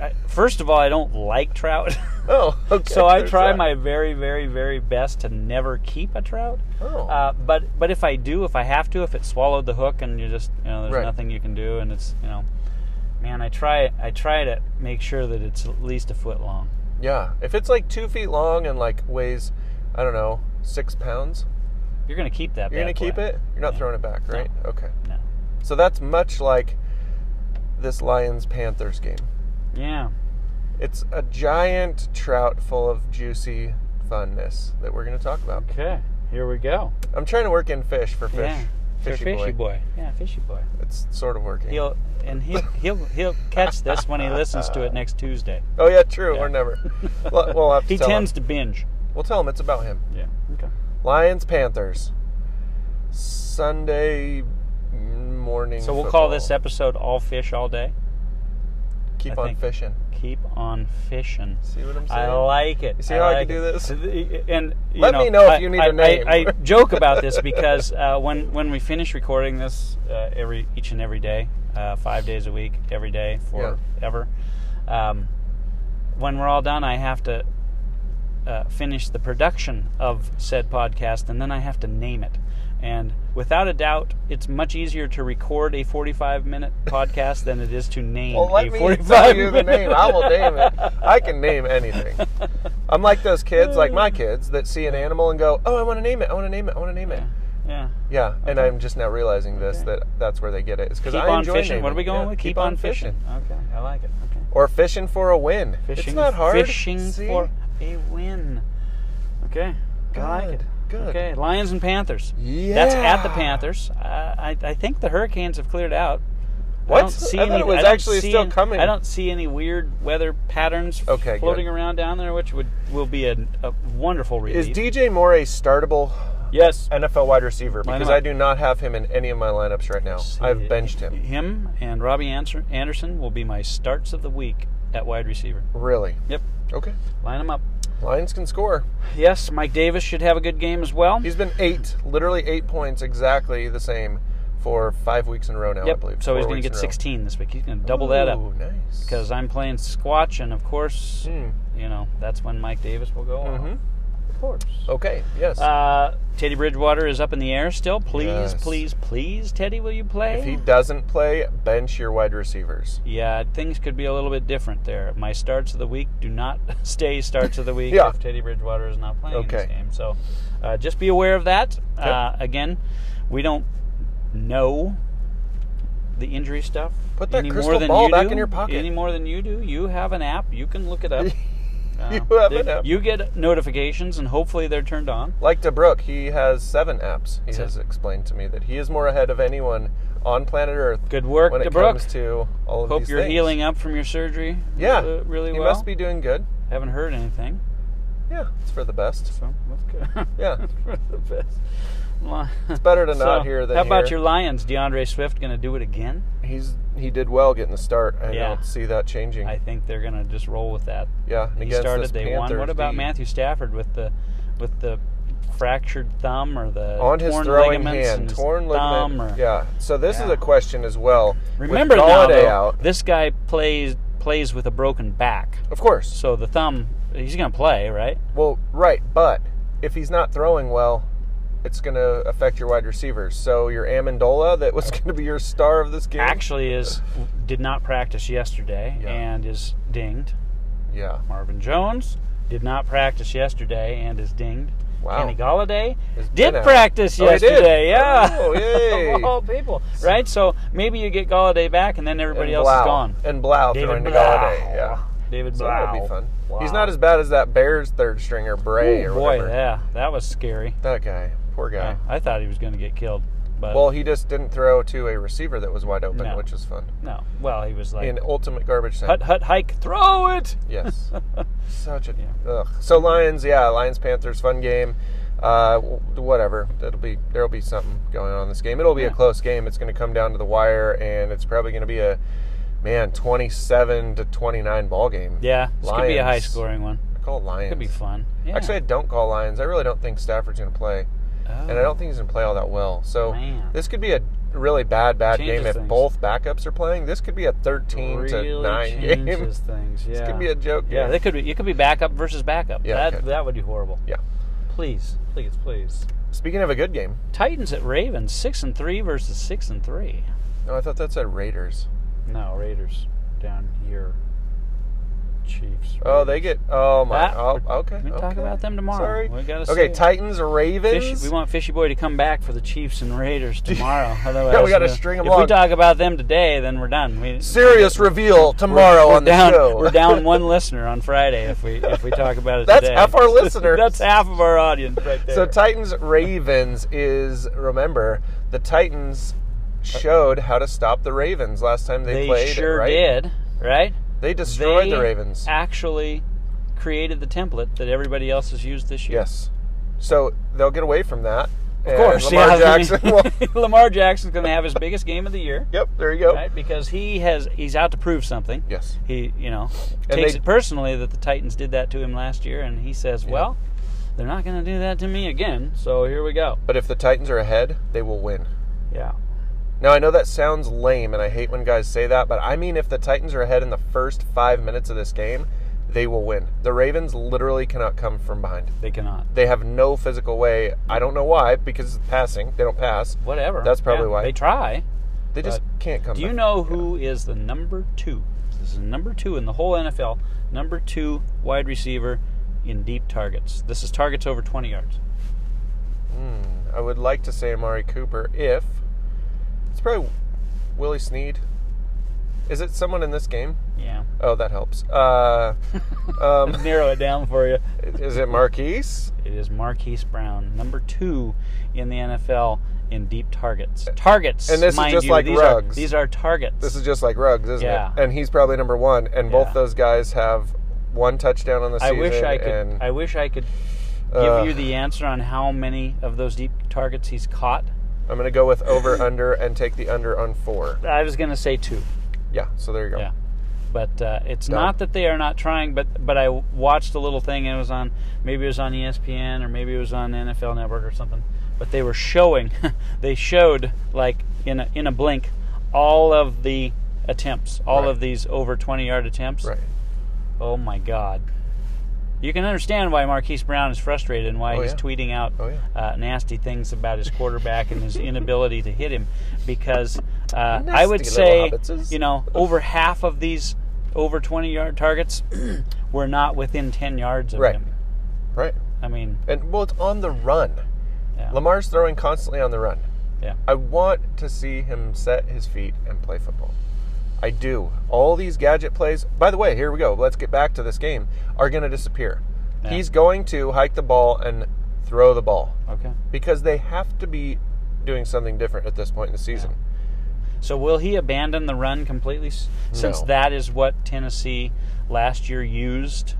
[SPEAKER 1] I, first of all, I don't like trout, (laughs)
[SPEAKER 2] Oh, (laughs) okay.
[SPEAKER 1] so I
[SPEAKER 2] there's
[SPEAKER 1] try
[SPEAKER 2] that.
[SPEAKER 1] my very very very best to never keep a trout.
[SPEAKER 2] Oh.
[SPEAKER 1] Uh, but but if I do, if I have to, if it swallowed the hook and you just you know there's
[SPEAKER 2] Right.
[SPEAKER 1] nothing you can do, and it's you know, man, I try I try to make sure that it's at least a foot long.
[SPEAKER 2] yeah. If it's like two feet long and like weighs, I don't know, six pounds,
[SPEAKER 1] You're gonna keep that.
[SPEAKER 2] you're
[SPEAKER 1] bad
[SPEAKER 2] going to keep
[SPEAKER 1] boy.
[SPEAKER 2] it? You're not
[SPEAKER 1] Yeah.
[SPEAKER 2] throwing it back,
[SPEAKER 1] No.
[SPEAKER 2] right? Okay.
[SPEAKER 1] No.
[SPEAKER 2] So that's much like this Lions Panthers game.
[SPEAKER 1] Yeah.
[SPEAKER 2] It's a giant trout full of juicy funness that we're going to talk about.
[SPEAKER 1] Okay. Here we go.
[SPEAKER 2] I'm trying to work in fish for fish.
[SPEAKER 1] Yeah. Your
[SPEAKER 2] Fishy,
[SPEAKER 1] fishy boy. Yeah, fishy boy.
[SPEAKER 2] It's sort of working.
[SPEAKER 1] He'll and he'll he'll he'll catch this when he listens to it next Tuesday.
[SPEAKER 2] Oh yeah, true.
[SPEAKER 1] Yeah.
[SPEAKER 2] Or never.
[SPEAKER 1] (laughs)
[SPEAKER 2] Well, we'll have to
[SPEAKER 1] he
[SPEAKER 2] tell
[SPEAKER 1] tends
[SPEAKER 2] him.
[SPEAKER 1] to binge.
[SPEAKER 2] We'll tell him it's about him.
[SPEAKER 1] Yeah. Okay.
[SPEAKER 2] Lions Panthers. Sunday morning.
[SPEAKER 1] So we'll call
[SPEAKER 2] football.
[SPEAKER 1] this episode "All Fish All Day."
[SPEAKER 2] Keep
[SPEAKER 1] I
[SPEAKER 2] on
[SPEAKER 1] think.
[SPEAKER 2] fishing.
[SPEAKER 1] Keep on fishing.
[SPEAKER 2] See what I'm saying?
[SPEAKER 1] I like it.
[SPEAKER 2] You see how I
[SPEAKER 1] like
[SPEAKER 2] can
[SPEAKER 1] it.
[SPEAKER 2] do this?
[SPEAKER 1] Th- And you
[SPEAKER 2] Let
[SPEAKER 1] know,
[SPEAKER 2] me know if
[SPEAKER 1] I-
[SPEAKER 2] you need
[SPEAKER 1] I-
[SPEAKER 2] a name. (laughs)
[SPEAKER 1] I, I joke about this because uh, when when we finish recording this uh, every each and every day, uh, five days a week, every day forever. Um, when we're all done, I have to uh, finish the production of said podcast, and then I have to name it. And without a doubt, it's much easier to record a 45 minute (laughs) podcast than it is to name
[SPEAKER 2] Well,
[SPEAKER 1] a
[SPEAKER 2] let me
[SPEAKER 1] 45
[SPEAKER 2] tell you the
[SPEAKER 1] minute
[SPEAKER 2] name. I will name it. I can name anything.
[SPEAKER 1] (laughs)
[SPEAKER 2] I'm like those kids, like
[SPEAKER 1] Mm.
[SPEAKER 2] my kids, that see an animal and go, "Oh, I want to name it. I want to name it. I want to name it."
[SPEAKER 1] (laughs) Yeah.
[SPEAKER 2] Yeah, and I'm just now realizing this
[SPEAKER 1] Okay.
[SPEAKER 2] that that's where they get it. It's because
[SPEAKER 1] Keep
[SPEAKER 2] I
[SPEAKER 1] on
[SPEAKER 2] enjoy
[SPEAKER 1] fishing.
[SPEAKER 2] naming.
[SPEAKER 1] What are we going
[SPEAKER 2] Yeah,
[SPEAKER 1] with? Keep, on fishing. Okay, I like it. Okay.
[SPEAKER 2] or fishing for a win.
[SPEAKER 1] Fishing.
[SPEAKER 2] it's not hard.
[SPEAKER 1] Fishing
[SPEAKER 2] See?
[SPEAKER 1] for a win. Okay, I like it.
[SPEAKER 2] Good, good.
[SPEAKER 1] Okay, Lions and Panthers.
[SPEAKER 2] Yeah.
[SPEAKER 1] That's at the Panthers. Uh, I I think the Hurricanes have cleared out.
[SPEAKER 2] What?
[SPEAKER 1] I don't see
[SPEAKER 2] I thought
[SPEAKER 1] any,
[SPEAKER 2] it was
[SPEAKER 1] I don't
[SPEAKER 2] actually
[SPEAKER 1] see
[SPEAKER 2] still
[SPEAKER 1] any-
[SPEAKER 2] coming.
[SPEAKER 1] I don't see any weird weather patterns
[SPEAKER 2] Okay, good.
[SPEAKER 1] floating around down there, which would will be a, a wonderful relief.
[SPEAKER 2] Is DJ Moore a startable
[SPEAKER 1] yes.
[SPEAKER 2] NFL wide receiver?
[SPEAKER 1] Why
[SPEAKER 2] Because
[SPEAKER 1] not?
[SPEAKER 2] I do not have him in any of my lineups right now.
[SPEAKER 1] See,
[SPEAKER 2] I've benched him.
[SPEAKER 1] Him and Robbie Anser- Anderson will be my starts of the week at wide receiver.
[SPEAKER 2] Really?
[SPEAKER 1] Yep,
[SPEAKER 2] Okay.
[SPEAKER 1] line them up.
[SPEAKER 2] Lions can score.
[SPEAKER 1] Yes, Mike Davis should have a good game as well.
[SPEAKER 2] He's been eight, literally eight points exactly the same for five weeks in a row now, I
[SPEAKER 1] yep.
[SPEAKER 2] believe.
[SPEAKER 1] so he's
[SPEAKER 2] Four
[SPEAKER 1] going to get
[SPEAKER 2] weeks in a row.
[SPEAKER 1] 16 this week. He's going to double that up
[SPEAKER 2] Ooh, nice.
[SPEAKER 1] because I'm playing Squatch, and of course,
[SPEAKER 2] Hmm.
[SPEAKER 1] you know that's when Mike Davis will go on.
[SPEAKER 2] Mhm.
[SPEAKER 1] Of course.
[SPEAKER 2] Okay, yes.
[SPEAKER 1] Uh, Teddy Bridgewater is up in the air still. Please,
[SPEAKER 2] Yes.
[SPEAKER 1] please, please, Teddy, will you play?
[SPEAKER 2] if he doesn't play, bench your wide receivers.
[SPEAKER 1] yeah, things could be a little bit different there. My starts of the week do not (laughs) stay starts of the week
[SPEAKER 2] Yeah.
[SPEAKER 1] if Teddy Bridgewater is not playing in this
[SPEAKER 2] Okay.
[SPEAKER 1] game. So uh, just be aware of that. Uh, again, we don't know the injury stuff
[SPEAKER 2] Put that
[SPEAKER 1] any
[SPEAKER 2] crystal
[SPEAKER 1] more than
[SPEAKER 2] ball
[SPEAKER 1] you
[SPEAKER 2] back
[SPEAKER 1] do,
[SPEAKER 2] in your pocket.
[SPEAKER 1] Any more than you do. You have an app. You can look it
[SPEAKER 2] (laughs)
[SPEAKER 1] up. Uh,
[SPEAKER 2] You have
[SPEAKER 1] they-
[SPEAKER 2] an app.
[SPEAKER 1] You get notifications, and hopefully they're turned on.
[SPEAKER 2] Like DeBrook, he has seven apps. He
[SPEAKER 1] That's
[SPEAKER 2] has explained to me that he is more ahead of anyone on planet Earth
[SPEAKER 1] Good work,
[SPEAKER 2] when it
[SPEAKER 1] DeBrook.
[SPEAKER 2] comes to all of
[SPEAKER 1] Hope
[SPEAKER 2] these
[SPEAKER 1] you're
[SPEAKER 2] things.
[SPEAKER 1] healing up from your surgery.
[SPEAKER 2] Yeah,
[SPEAKER 1] uh, really
[SPEAKER 2] he
[SPEAKER 1] well.
[SPEAKER 2] must be doing good.
[SPEAKER 1] Haven't heard anything.
[SPEAKER 2] Yeah, it's for the best.
[SPEAKER 1] So that's
[SPEAKER 2] (laughs)
[SPEAKER 1] good.
[SPEAKER 2] Yeah.
[SPEAKER 1] (laughs) For the best. It's
[SPEAKER 2] better
[SPEAKER 1] (laughs)
[SPEAKER 2] to not hear than
[SPEAKER 1] How about
[SPEAKER 2] hear.
[SPEAKER 1] your Lions? DeAndre Swift going to do it again?
[SPEAKER 2] He's he did well getting the start. I
[SPEAKER 1] Yeah.
[SPEAKER 2] don't see that changing.
[SPEAKER 1] I think they're going to just roll with that.
[SPEAKER 2] yeah, and
[SPEAKER 1] He
[SPEAKER 2] against
[SPEAKER 1] started,
[SPEAKER 2] this
[SPEAKER 1] they
[SPEAKER 2] Panthers
[SPEAKER 1] won. What about
[SPEAKER 2] D.
[SPEAKER 1] Matthew Stafford with the with the fractured thumb or the
[SPEAKER 2] on his
[SPEAKER 1] torn
[SPEAKER 2] throwing
[SPEAKER 1] ligaments
[SPEAKER 2] hand,
[SPEAKER 1] and his
[SPEAKER 2] torn
[SPEAKER 1] thumb
[SPEAKER 2] ligament?
[SPEAKER 1] or-
[SPEAKER 2] Yeah. So this is
[SPEAKER 1] Yeah.
[SPEAKER 2] a question as well. With
[SPEAKER 1] Remember now,
[SPEAKER 2] Galladay
[SPEAKER 1] though,
[SPEAKER 2] out,
[SPEAKER 1] this guy plays plays with a broken back,
[SPEAKER 2] of course.
[SPEAKER 1] so the thumb he's going to play, right?
[SPEAKER 2] Well, right, but if he's not throwing well, it's going to affect your wide receivers. So your Amendola, that was (laughs) going to be your star of this game.
[SPEAKER 1] Actually, is did not practice yesterday
[SPEAKER 2] Yeah.
[SPEAKER 1] and is dinged.
[SPEAKER 2] yeah.
[SPEAKER 1] Marvin Jones did not practice yesterday and is dinged.
[SPEAKER 2] Wow.
[SPEAKER 1] Kenny Galladay
[SPEAKER 2] Has
[SPEAKER 1] did
[SPEAKER 2] been out.
[SPEAKER 1] practice
[SPEAKER 2] Oh, he did?
[SPEAKER 1] yesterday. Yeah.
[SPEAKER 2] Oh, yay.
[SPEAKER 1] (laughs) Of all people, right? So maybe you get Galladay back, and then everybody else
[SPEAKER 2] Blau.
[SPEAKER 1] is gone.
[SPEAKER 2] And Blau
[SPEAKER 1] David
[SPEAKER 2] throwing to
[SPEAKER 1] Blau.
[SPEAKER 2] Galladay. Yeah.
[SPEAKER 1] David
[SPEAKER 2] So
[SPEAKER 1] Blau.
[SPEAKER 2] that'll be fun. He's
[SPEAKER 1] Wow.
[SPEAKER 2] not as bad as that Bears third stringer, Bray
[SPEAKER 1] Ooh,
[SPEAKER 2] or
[SPEAKER 1] boy,
[SPEAKER 2] whatever.
[SPEAKER 1] yeah, that was scary.
[SPEAKER 2] That guy. Poor guy.
[SPEAKER 1] Yeah, I thought he was going to get killed, but
[SPEAKER 2] Well, he just didn't throw to a receiver that was wide open,
[SPEAKER 1] No.
[SPEAKER 2] which is fun.
[SPEAKER 1] no. Well, he was like
[SPEAKER 2] In ultimate garbage time.
[SPEAKER 1] hut hut hike, throw it. (laughs)
[SPEAKER 2] Yes. Such a.
[SPEAKER 1] Yeah.
[SPEAKER 2] Ugh. So Lions, yeah, Lions Panthers, fun game. Uh, w- whatever. That'll be there'll be something going on in this game. It'll be
[SPEAKER 1] Yeah.
[SPEAKER 2] a close game. It's going to come down to the wire, and it's probably going to be a man twenty-seven to twenty-nine ball game.
[SPEAKER 1] Yeah, this could be a high
[SPEAKER 2] Lions.
[SPEAKER 1] scoring one.
[SPEAKER 2] I call Lions.
[SPEAKER 1] Could be fun. Yeah.
[SPEAKER 2] Actually, I don't call Lions. I really don't think Stafford's going to play,
[SPEAKER 1] Oh.
[SPEAKER 2] and I don't think he's going to play all that well. So
[SPEAKER 1] Man.
[SPEAKER 2] this could be a really bad, bad
[SPEAKER 1] Changes
[SPEAKER 2] game if
[SPEAKER 1] things.
[SPEAKER 2] both backups are playing. This could be a thirteen to
[SPEAKER 1] Really
[SPEAKER 2] nine (laughs) game.
[SPEAKER 1] changes
[SPEAKER 2] (laughs)
[SPEAKER 1] things. Yeah.
[SPEAKER 2] This could be a joke.
[SPEAKER 1] yeah,
[SPEAKER 2] game.
[SPEAKER 1] they could be. It could be backup versus backup.
[SPEAKER 2] Yeah, it
[SPEAKER 1] that
[SPEAKER 2] could.
[SPEAKER 1] that would be horrible.
[SPEAKER 2] Yeah.
[SPEAKER 1] Please, please, please.
[SPEAKER 2] Speaking of a good game,
[SPEAKER 1] Titans at Ravens, six and three versus six and three.
[SPEAKER 2] no, Oh, I thought that said Raiders.
[SPEAKER 1] No, Raiders down here. Chiefs.
[SPEAKER 2] Oh, they get. Oh my.
[SPEAKER 1] That-
[SPEAKER 2] oh, okay.
[SPEAKER 1] we
[SPEAKER 2] okay.
[SPEAKER 1] talk about them tomorrow.
[SPEAKER 2] Sorry.
[SPEAKER 1] We gotta
[SPEAKER 2] okay,
[SPEAKER 1] save.
[SPEAKER 2] Titans, Ravens.
[SPEAKER 1] Fishy, we want Fishy Boy to come back for the Chiefs and
[SPEAKER 2] (laughs)
[SPEAKER 1] Raiders tomorrow. Otherwise,
[SPEAKER 2] Yeah, we gotta
[SPEAKER 1] we'll-
[SPEAKER 2] string 'em
[SPEAKER 1] If we
[SPEAKER 2] along.
[SPEAKER 1] talk about them today, then we're done. We,
[SPEAKER 2] Serious reveal
[SPEAKER 1] we're-
[SPEAKER 2] tomorrow
[SPEAKER 1] we're
[SPEAKER 2] on the
[SPEAKER 1] down,
[SPEAKER 2] show.
[SPEAKER 1] We're
[SPEAKER 2] (laughs)
[SPEAKER 1] down one listener on Friday if we if we talk about it.
[SPEAKER 2] That's
[SPEAKER 1] today. (laughs)
[SPEAKER 2] half our listeners.
[SPEAKER 1] That's half of our audience right there.
[SPEAKER 2] So Titans, Ravens is remember the Titans showed how to stop the Ravens last time they,
[SPEAKER 1] they
[SPEAKER 2] played.
[SPEAKER 1] sure
[SPEAKER 2] right?
[SPEAKER 1] did, right?
[SPEAKER 2] They destroyed
[SPEAKER 1] They
[SPEAKER 2] the Ravens.
[SPEAKER 1] Actually, created the template that everybody else has used this year.
[SPEAKER 2] Yes. So they'll get away from that.
[SPEAKER 1] of course.
[SPEAKER 2] Lamar
[SPEAKER 1] yeah, I mean,
[SPEAKER 2] Jackson. will-
[SPEAKER 1] (laughs)
[SPEAKER 2] (laughs)
[SPEAKER 1] Lamar Jackson's going to have his biggest game of the year,
[SPEAKER 2] yep. There you go.
[SPEAKER 1] right? Because he has he's out to prove something.
[SPEAKER 2] Yes.
[SPEAKER 1] he you know
[SPEAKER 2] And
[SPEAKER 1] takes
[SPEAKER 2] they-
[SPEAKER 1] it personally that the Titans did that to him last year, and he says, "Well, they're not going to do that to me again." So here we go.
[SPEAKER 2] But if the Titans are ahead, they will win.
[SPEAKER 1] Yeah,
[SPEAKER 2] Now I know that sounds lame, and I hate when guys say that, but I mean, if the Titans are ahead in the first five minutes of this game, they will win. The Ravens literally cannot come from behind.
[SPEAKER 1] they cannot.
[SPEAKER 2] They have no physical way. I don't know why, because it's passing. They don't pass.
[SPEAKER 1] Whatever.
[SPEAKER 2] That's probably
[SPEAKER 1] Yeah,
[SPEAKER 2] why.
[SPEAKER 1] they try.
[SPEAKER 2] They just can't come.
[SPEAKER 1] Do you
[SPEAKER 2] back.
[SPEAKER 1] know who is the number two? This is number two in the whole NFL. Number two wide receiver in deep targets. This is targets over twenty yards.
[SPEAKER 2] Hmm, I would like to say Amari Cooper if it's probably Willie Sneed. Is it someone in this game?
[SPEAKER 1] Yeah,
[SPEAKER 2] Oh, that helps.
[SPEAKER 1] (laughs)
[SPEAKER 2] Uh, um,
[SPEAKER 1] narrow it down for you.
[SPEAKER 2] is it Marquise?
[SPEAKER 1] It is Marquise Brown, number two in the NFL in deep targets. Targets,
[SPEAKER 2] And this is
[SPEAKER 1] mind
[SPEAKER 2] just
[SPEAKER 1] you,
[SPEAKER 2] like
[SPEAKER 1] these Are,
[SPEAKER 2] Ruggs.
[SPEAKER 1] these are targets.
[SPEAKER 2] This is just like Ruggs, isn't
[SPEAKER 1] Yeah.
[SPEAKER 2] it? And he's probably number one. And
[SPEAKER 1] Yeah.
[SPEAKER 2] both those guys have one touchdown on the
[SPEAKER 1] I
[SPEAKER 2] season.
[SPEAKER 1] wish I could.
[SPEAKER 2] And,
[SPEAKER 1] I wish I could
[SPEAKER 2] Ugh.
[SPEAKER 1] give you the answer on how many of those deep targets he's caught.
[SPEAKER 2] I'm going to go with over (laughs) under and take the under on four.
[SPEAKER 1] I was going to say two.
[SPEAKER 2] Yeah. So there you go.
[SPEAKER 1] Yeah, but uh, it's
[SPEAKER 2] Done.
[SPEAKER 1] not that they are not trying. But but I watched a little thing. And it was on maybe it was on E ESPN or maybe it was on NFL Network or something. But they were showing. (laughs) they showed like in a, in a blink all of the attempts, all
[SPEAKER 2] Right.
[SPEAKER 1] of these over twenty yard attempts.
[SPEAKER 2] Right.
[SPEAKER 1] Oh my God. You can understand why Marquise Brown is frustrated and why
[SPEAKER 2] Oh,
[SPEAKER 1] he's
[SPEAKER 2] yeah.
[SPEAKER 1] tweeting out
[SPEAKER 2] Oh, yeah.
[SPEAKER 1] uh, nasty things about his quarterback
[SPEAKER 2] (laughs)
[SPEAKER 1] and his inability to hit him, because uh, I would
[SPEAKER 2] Nasty little
[SPEAKER 1] say,
[SPEAKER 2] hobbitses.
[SPEAKER 1] you know, over half of these over 20-yard
[SPEAKER 2] (clears throat)
[SPEAKER 1] targets were not within 10 yards of
[SPEAKER 2] Right.
[SPEAKER 1] him.
[SPEAKER 2] Right.
[SPEAKER 1] I mean,
[SPEAKER 2] And well, it's on the run.
[SPEAKER 1] yeah,
[SPEAKER 2] Lamar's throwing constantly on the run.
[SPEAKER 1] yeah,
[SPEAKER 2] I want to see him set his feet and play football. I do. All these gadget plays, by the way, here we go. Let's get back to this game, are going to disappear.
[SPEAKER 1] Yeah.
[SPEAKER 2] He's going to hike the ball and throw the ball
[SPEAKER 1] okay.
[SPEAKER 2] because they have to be doing something different at this point in the season.
[SPEAKER 1] So will he abandon the run completely s- since
[SPEAKER 2] No.
[SPEAKER 1] that is what Tennessee last year used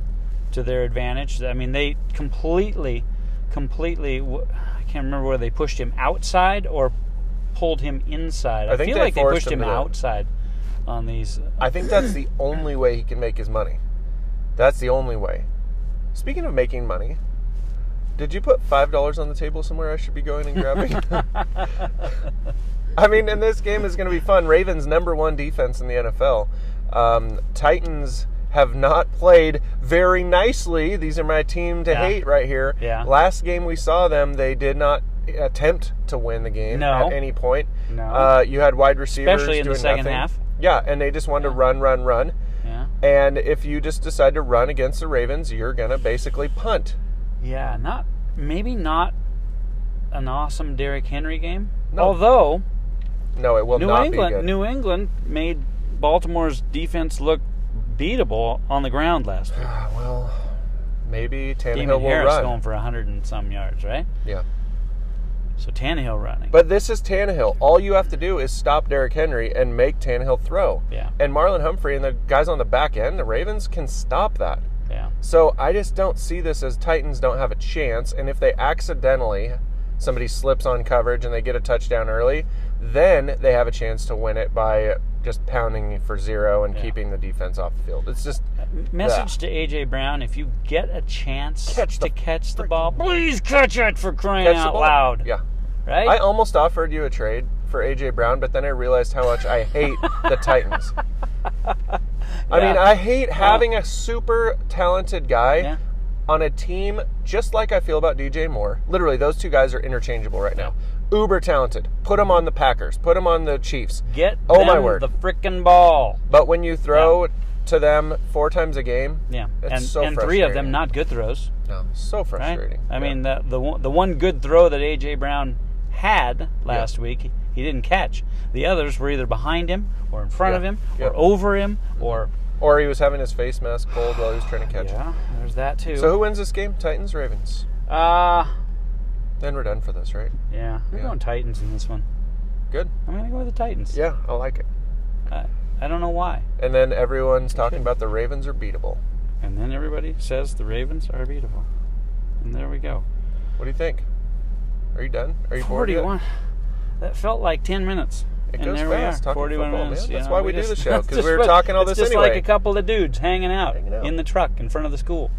[SPEAKER 1] to their advantage? I mean, they completely completely w- I can't remember whether they pushed him outside or pulled him inside. I,
[SPEAKER 2] I think
[SPEAKER 1] feel
[SPEAKER 2] they
[SPEAKER 1] like they
[SPEAKER 2] forced
[SPEAKER 1] pushed him,
[SPEAKER 2] him to the-
[SPEAKER 1] outside on these
[SPEAKER 2] I think that's the only way he can make his money. That's the only way. Speaking of making money, did you put five dollars on the table somewhere I should be going and grabbing? I mean, and this game is going to be fun. Ravens number one defense in the NFL. Um, Titans have not played very nicely. These are my team to
[SPEAKER 1] Yeah.
[SPEAKER 2] hate right here.
[SPEAKER 1] Yeah.
[SPEAKER 2] Last game we saw them, they did not attempt to win the game
[SPEAKER 1] No.
[SPEAKER 2] at any point.
[SPEAKER 1] No.
[SPEAKER 2] Uh, you had wide receivers
[SPEAKER 1] Especially in the
[SPEAKER 2] doing
[SPEAKER 1] second
[SPEAKER 2] nothing.
[SPEAKER 1] half.
[SPEAKER 2] Yeah, and they just wanted to run, run, run.
[SPEAKER 1] yeah.
[SPEAKER 2] And if you just decide to run against the Ravens, you're gonna basically punt.
[SPEAKER 1] Yeah, not maybe not an awesome Derrick Henry game.
[SPEAKER 2] No.
[SPEAKER 1] Although
[SPEAKER 2] No, it will
[SPEAKER 1] New
[SPEAKER 2] not
[SPEAKER 1] England,
[SPEAKER 2] be good.
[SPEAKER 1] New England made Baltimore's defense look beatable on the ground last week.
[SPEAKER 2] Ah, well, maybe Tannehill
[SPEAKER 1] Damon
[SPEAKER 2] will
[SPEAKER 1] Harris
[SPEAKER 2] run.
[SPEAKER 1] going for hundred and some yards, right?
[SPEAKER 2] Yeah.
[SPEAKER 1] So Tannehill running,
[SPEAKER 2] But this is Tannehill. All you have to do is stop Derrick Henry and make Tannehill throw.
[SPEAKER 1] yeah,
[SPEAKER 2] And Marlon Humphrey and the guys on the back end, the Ravens, can stop that.
[SPEAKER 1] yeah,
[SPEAKER 2] So I just don't see this as Titans don't have a chance. And if they accidentally, somebody slips on coverage and they get a touchdown early, then they have a chance to win it by just pounding for zero and
[SPEAKER 1] Yeah.
[SPEAKER 2] keeping the defense off the field. It's just
[SPEAKER 1] Message to AJ Brown: If you get a chance
[SPEAKER 2] Catch
[SPEAKER 1] to
[SPEAKER 2] the
[SPEAKER 1] catch the ball, please catch it for crying
[SPEAKER 2] catch the
[SPEAKER 1] out
[SPEAKER 2] ball.
[SPEAKER 1] loud,
[SPEAKER 2] Yeah.
[SPEAKER 1] right?
[SPEAKER 2] I almost offered you a trade for AJ Brown, but then I realized how much I hate
[SPEAKER 1] (laughs)
[SPEAKER 2] the Titans. I mean,
[SPEAKER 1] Yeah.
[SPEAKER 2] I hate having a super talented guy
[SPEAKER 1] Yeah.
[SPEAKER 2] on a team just like I feel about DJ Moore. Literally, those two guys are interchangeable right now. Uber talented. Put them on the Packers. Put them on the Chiefs.
[SPEAKER 1] Get
[SPEAKER 2] Oh,
[SPEAKER 1] them
[SPEAKER 2] my word.
[SPEAKER 1] the frickin' ball.
[SPEAKER 2] But when you throw to them four times a game,
[SPEAKER 1] Yeah,
[SPEAKER 2] It's
[SPEAKER 1] and
[SPEAKER 2] so
[SPEAKER 1] and three of
[SPEAKER 2] frustrating.
[SPEAKER 1] them not good throws,
[SPEAKER 2] no, so
[SPEAKER 1] right?
[SPEAKER 2] frustrating.
[SPEAKER 1] I
[SPEAKER 2] Yeah.
[SPEAKER 1] mean, the the one- the one good throw that AJ Brown had last week, he didn't catch. The others were either behind him, or in front
[SPEAKER 2] Yeah.
[SPEAKER 1] of him,
[SPEAKER 2] Yeah. Mm-hmm.
[SPEAKER 1] or over him, or
[SPEAKER 2] or he was having his face mask cold while he was trying to catch
[SPEAKER 1] yeah. There's that too.
[SPEAKER 2] it. So who wins this game? Titans, Ravens.
[SPEAKER 1] uh
[SPEAKER 2] Then we're done for this, right?
[SPEAKER 1] yeah, we're
[SPEAKER 2] Yeah.
[SPEAKER 1] going Titans in this one.
[SPEAKER 2] Good.
[SPEAKER 1] I'm gonna go with the Titans.
[SPEAKER 2] Yeah, I like it.
[SPEAKER 1] I, I don't know why.
[SPEAKER 2] And then everyone's talking about the Ravens are beatable.
[SPEAKER 1] And then everybody says the Ravens are beautiful, and there we go.
[SPEAKER 2] What do you think? Are you done? Are you bored yet?
[SPEAKER 1] Forty-one. That felt like ten minutes.
[SPEAKER 2] It
[SPEAKER 1] and
[SPEAKER 2] goes
[SPEAKER 1] there
[SPEAKER 2] fast
[SPEAKER 1] we are,
[SPEAKER 2] talking
[SPEAKER 1] 41
[SPEAKER 2] football,
[SPEAKER 1] minutes.
[SPEAKER 2] man.
[SPEAKER 1] you
[SPEAKER 2] That's
[SPEAKER 1] know,
[SPEAKER 2] why we do
[SPEAKER 1] just-
[SPEAKER 2] the
[SPEAKER 1] (laughs)
[SPEAKER 2] show, 'cause
[SPEAKER 1] that's
[SPEAKER 2] we were
[SPEAKER 1] just
[SPEAKER 2] talking all
[SPEAKER 1] it's
[SPEAKER 2] this
[SPEAKER 1] just like
[SPEAKER 2] anyway.
[SPEAKER 1] a couple of dudes hanging out,
[SPEAKER 2] Hanging out.
[SPEAKER 1] in the truck in front of the school.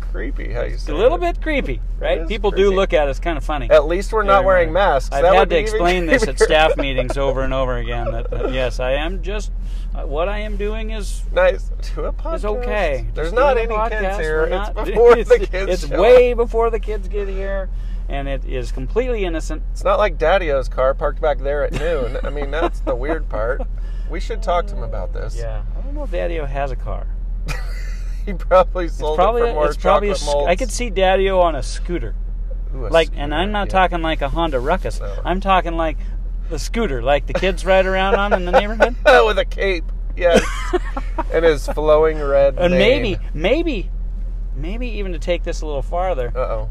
[SPEAKER 2] Creepy how you
[SPEAKER 1] It's
[SPEAKER 2] say
[SPEAKER 1] a little
[SPEAKER 2] that.
[SPEAKER 1] bit creepy, right?
[SPEAKER 2] is
[SPEAKER 1] People do
[SPEAKER 2] creepy.
[SPEAKER 1] look at us kind of funny.
[SPEAKER 2] At least we're not
[SPEAKER 1] Everybody.
[SPEAKER 2] wearing masks.
[SPEAKER 1] I've
[SPEAKER 2] That
[SPEAKER 1] had
[SPEAKER 2] would
[SPEAKER 1] to
[SPEAKER 2] be even
[SPEAKER 1] explain this at
[SPEAKER 2] creepier. (laughs)
[SPEAKER 1] staff meetings over and over again. That, that yes, I am just uh, what I am doing is
[SPEAKER 2] nice. To a podcast.
[SPEAKER 1] is okay.
[SPEAKER 2] There's
[SPEAKER 1] Just
[SPEAKER 2] not
[SPEAKER 1] doing
[SPEAKER 2] any
[SPEAKER 1] a
[SPEAKER 2] kids
[SPEAKER 1] podcast.
[SPEAKER 2] here.
[SPEAKER 1] We're
[SPEAKER 2] It's
[SPEAKER 1] not- (laughs)
[SPEAKER 2] before
[SPEAKER 1] it's,
[SPEAKER 2] the kids.
[SPEAKER 1] It's
[SPEAKER 2] show.
[SPEAKER 1] way before the kids get here, and it is completely innocent.
[SPEAKER 2] It's not like Daddy-O's car parked back there at noon. I mean, that's the weird part. We should talk to him about this.
[SPEAKER 1] Yeah, I don't know if Daddy-O has a car.
[SPEAKER 2] (laughs) He probably sold
[SPEAKER 1] Probably,
[SPEAKER 2] it for more
[SPEAKER 1] it's probably. A,
[SPEAKER 2] chocolate
[SPEAKER 1] sc- I could see Daddy-O on a scooter. like and i'm not talking like a honda ruckus
[SPEAKER 2] No.
[SPEAKER 1] i'm talking like the scooter like the kids ride around on in the
[SPEAKER 2] (laughs)
[SPEAKER 1] neighborhood
[SPEAKER 2] with a cape.
[SPEAKER 1] (laughs)
[SPEAKER 2] Yes. and his flowing red
[SPEAKER 1] and
[SPEAKER 2] mane.
[SPEAKER 1] maybe maybe maybe even to take this a little farther
[SPEAKER 2] Uh-oh.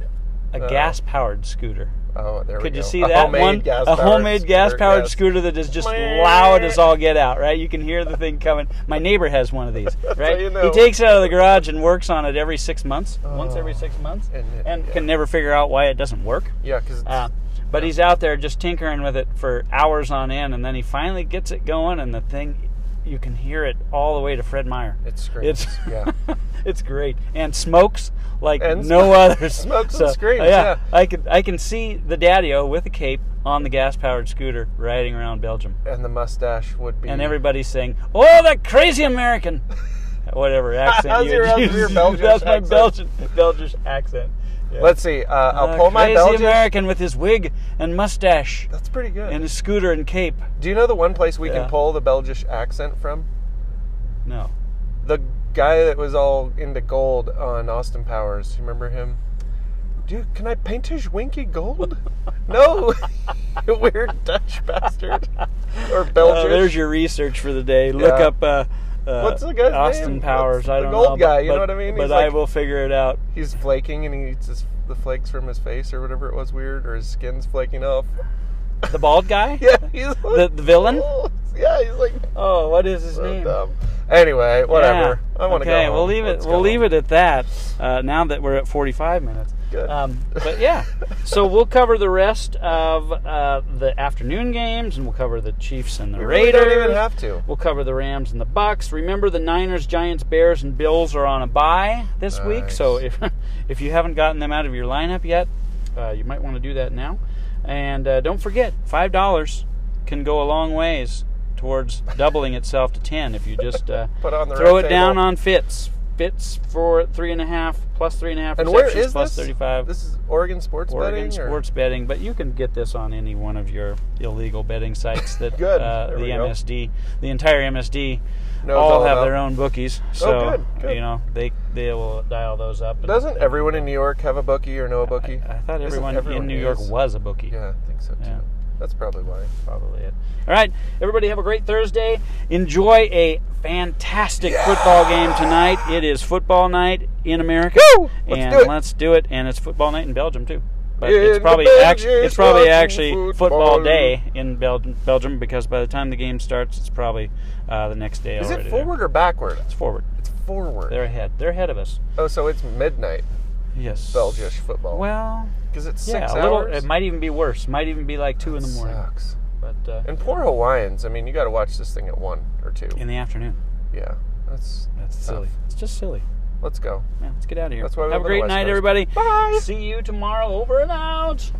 [SPEAKER 1] a
[SPEAKER 2] uh-oh.
[SPEAKER 1] gas powered scooter
[SPEAKER 2] Oh, there we
[SPEAKER 1] could
[SPEAKER 2] go.
[SPEAKER 1] you see
[SPEAKER 2] a
[SPEAKER 1] that
[SPEAKER 2] homemade
[SPEAKER 1] one
[SPEAKER 2] Gas
[SPEAKER 1] a homemade gas powered
[SPEAKER 2] yes.
[SPEAKER 1] scooter that is just
[SPEAKER 2] Meh.
[SPEAKER 1] loud as all get out right you can hear the thing coming my neighbor has one of these
[SPEAKER 2] (laughs)
[SPEAKER 1] right
[SPEAKER 2] you know.
[SPEAKER 1] he takes it out of the garage and works on it every six months once
[SPEAKER 2] Oh.
[SPEAKER 1] every six months
[SPEAKER 2] And
[SPEAKER 1] and,
[SPEAKER 2] it- yeah.
[SPEAKER 1] can never figure out why it doesn't work
[SPEAKER 2] Yeah, because
[SPEAKER 1] Uh, but he's out there just tinkering with it for hours on end, and then he finally gets it going, and the thing, you can hear it all the way to Fred Meyer.
[SPEAKER 2] it's
[SPEAKER 1] (laughs)
[SPEAKER 2] screams.
[SPEAKER 1] it's-
[SPEAKER 2] yeah.
[SPEAKER 1] It's great, and smokes like
[SPEAKER 2] And
[SPEAKER 1] no
[SPEAKER 2] sm- (laughs)
[SPEAKER 1] other.
[SPEAKER 2] smokes and screams, yeah.
[SPEAKER 1] I can I can see the daddy-o with a cape on the gas-powered scooter riding around Belgium,
[SPEAKER 2] And the mustache would be.
[SPEAKER 1] and everybody's saying, "Oh, that crazy American." (laughs) Whatever accent
[SPEAKER 2] (laughs) How's
[SPEAKER 1] you
[SPEAKER 2] your- how's
[SPEAKER 1] use.
[SPEAKER 2] your Belgian
[SPEAKER 1] (laughs) That's my
[SPEAKER 2] accent?
[SPEAKER 1] Belgian, Belgian accent. Yeah.
[SPEAKER 2] Let's see. Uh, I'll
[SPEAKER 1] Uh,
[SPEAKER 2] pull my
[SPEAKER 1] crazy
[SPEAKER 2] Belgian.
[SPEAKER 1] American with his wig and mustache
[SPEAKER 2] That's pretty good.
[SPEAKER 1] and his scooter and cape.
[SPEAKER 2] Do you know the one place we
[SPEAKER 1] Yeah.
[SPEAKER 2] can pull the Belgish accent from?
[SPEAKER 1] No.
[SPEAKER 2] The guy that was all into gold on Austin Powers. You remember him? Dude, can I paint his
[SPEAKER 1] (laughs)
[SPEAKER 2] winky gold? no, (laughs) you weird
[SPEAKER 1] (laughs)
[SPEAKER 2] Dutch bastard or Belgian.
[SPEAKER 1] Uh, there's your research for the day. Look
[SPEAKER 2] Yeah.
[SPEAKER 1] up uh, uh,
[SPEAKER 2] What's the guy's
[SPEAKER 1] Austin
[SPEAKER 2] name?
[SPEAKER 1] Powers.
[SPEAKER 2] What's
[SPEAKER 1] I
[SPEAKER 2] the
[SPEAKER 1] don't
[SPEAKER 2] gold
[SPEAKER 1] know.
[SPEAKER 2] guy,
[SPEAKER 1] but-
[SPEAKER 2] you know
[SPEAKER 1] but-
[SPEAKER 2] what I mean?
[SPEAKER 1] But
[SPEAKER 2] He's
[SPEAKER 1] I
[SPEAKER 2] like-
[SPEAKER 1] will figure it out.
[SPEAKER 2] He's flaking and he eats his, the flakes from his face or whatever it was weird, or his skin's flaking off. (laughs)
[SPEAKER 1] The bald guy?
[SPEAKER 2] Yeah, he's like,
[SPEAKER 1] The, the villain?
[SPEAKER 2] Yeah, he's like
[SPEAKER 1] Oh, what is his
[SPEAKER 2] so
[SPEAKER 1] name?
[SPEAKER 2] dumb. Anyway, uh, whatever.
[SPEAKER 1] Yeah.
[SPEAKER 2] I want to
[SPEAKER 1] okay,
[SPEAKER 2] go.
[SPEAKER 1] we'll leave it. we'll leave it at that. Uh, now that we're at 45 minutes.
[SPEAKER 2] Good.
[SPEAKER 1] Um,
[SPEAKER 2] (laughs)
[SPEAKER 1] but yeah, so we'll cover the rest of uh, the afternoon games, and we'll cover the Chiefs and the
[SPEAKER 2] We really
[SPEAKER 1] Raiders.
[SPEAKER 2] don't even have to.
[SPEAKER 1] We'll cover the Rams and the Bucks. Remember, the Niners, Giants, Bears, and Bills are on a bye this week.
[SPEAKER 2] Nice.
[SPEAKER 1] So if (laughs) if you haven't gotten them out of your lineup yet, uh, you might want to do that now. And uh, don't forget, five dollars can go a long
[SPEAKER 2] (laughs)
[SPEAKER 1] ways towards doubling itself to ten if you just uh,
[SPEAKER 2] Put on the
[SPEAKER 1] throw it
[SPEAKER 2] round
[SPEAKER 1] down
[SPEAKER 2] table.
[SPEAKER 1] on Fitz fits for three and a half plus three and a half
[SPEAKER 2] And where
[SPEAKER 1] receptions
[SPEAKER 2] is
[SPEAKER 1] plus
[SPEAKER 2] this?
[SPEAKER 1] thirty-five.
[SPEAKER 2] This is Oregon sports
[SPEAKER 1] Oregon
[SPEAKER 2] betting. or-
[SPEAKER 1] sports betting, but you can get this on any one of your illegal betting sites that
[SPEAKER 2] (laughs) Good.
[SPEAKER 1] Uh,
[SPEAKER 2] There
[SPEAKER 1] the
[SPEAKER 2] we go.
[SPEAKER 1] MSD, the entire MSD,
[SPEAKER 2] Knows
[SPEAKER 1] all
[SPEAKER 2] all
[SPEAKER 1] have
[SPEAKER 2] about.
[SPEAKER 1] their own bookies. So
[SPEAKER 2] good, good.
[SPEAKER 1] you know they they will dial those up. and-
[SPEAKER 2] Doesn't everyone in New York have a bookie or know a bookie?
[SPEAKER 1] I thought
[SPEAKER 2] Isn't
[SPEAKER 1] everyone, in New York
[SPEAKER 2] is?
[SPEAKER 1] was a bookie.
[SPEAKER 2] Yeah, I think so too.
[SPEAKER 1] Yeah.
[SPEAKER 2] That's probably why.
[SPEAKER 1] probably it. All right, everybody, have a great Thursday. Enjoy a fantastic football game tonight. It is football night in America,
[SPEAKER 2] Woo! Let's
[SPEAKER 1] and
[SPEAKER 2] do it.
[SPEAKER 1] let's do it. And it's football night in Belgium too. But
[SPEAKER 2] In
[SPEAKER 1] it's
[SPEAKER 2] the
[SPEAKER 1] probably
[SPEAKER 2] Belgium
[SPEAKER 1] act- it's probably
[SPEAKER 2] watching
[SPEAKER 1] actually football.
[SPEAKER 2] football.
[SPEAKER 1] day in Belgium, Belgium because by the time the game starts, it's probably uh, the next day
[SPEAKER 2] Is
[SPEAKER 1] already.
[SPEAKER 2] it
[SPEAKER 1] there.
[SPEAKER 2] forward or backward?
[SPEAKER 1] It's forward.
[SPEAKER 2] It's forward.
[SPEAKER 1] They're ahead. They're ahead of us.
[SPEAKER 2] Oh, so it's midnight
[SPEAKER 1] Yes.
[SPEAKER 2] Belgish football.
[SPEAKER 1] Well,
[SPEAKER 2] because it's
[SPEAKER 1] yeah,
[SPEAKER 2] six
[SPEAKER 1] a little.
[SPEAKER 2] hours.
[SPEAKER 1] It might even be worse. Might even be like two in the morning.
[SPEAKER 2] Sucks.
[SPEAKER 1] But uh,
[SPEAKER 2] And poor Hawaiians. I mean, you got to watch this thing at one or two.
[SPEAKER 1] in the afternoon.
[SPEAKER 2] yeah, that's
[SPEAKER 1] That's
[SPEAKER 2] tough.
[SPEAKER 1] silly. It's just silly.
[SPEAKER 2] Let's go.
[SPEAKER 1] Yeah, let's get out of here.
[SPEAKER 2] That's why we
[SPEAKER 1] Have
[SPEAKER 2] live
[SPEAKER 1] a great
[SPEAKER 2] on the West
[SPEAKER 1] night,
[SPEAKER 2] Coast.
[SPEAKER 1] everybody.
[SPEAKER 2] Bye.
[SPEAKER 1] See you tomorrow. Over and out.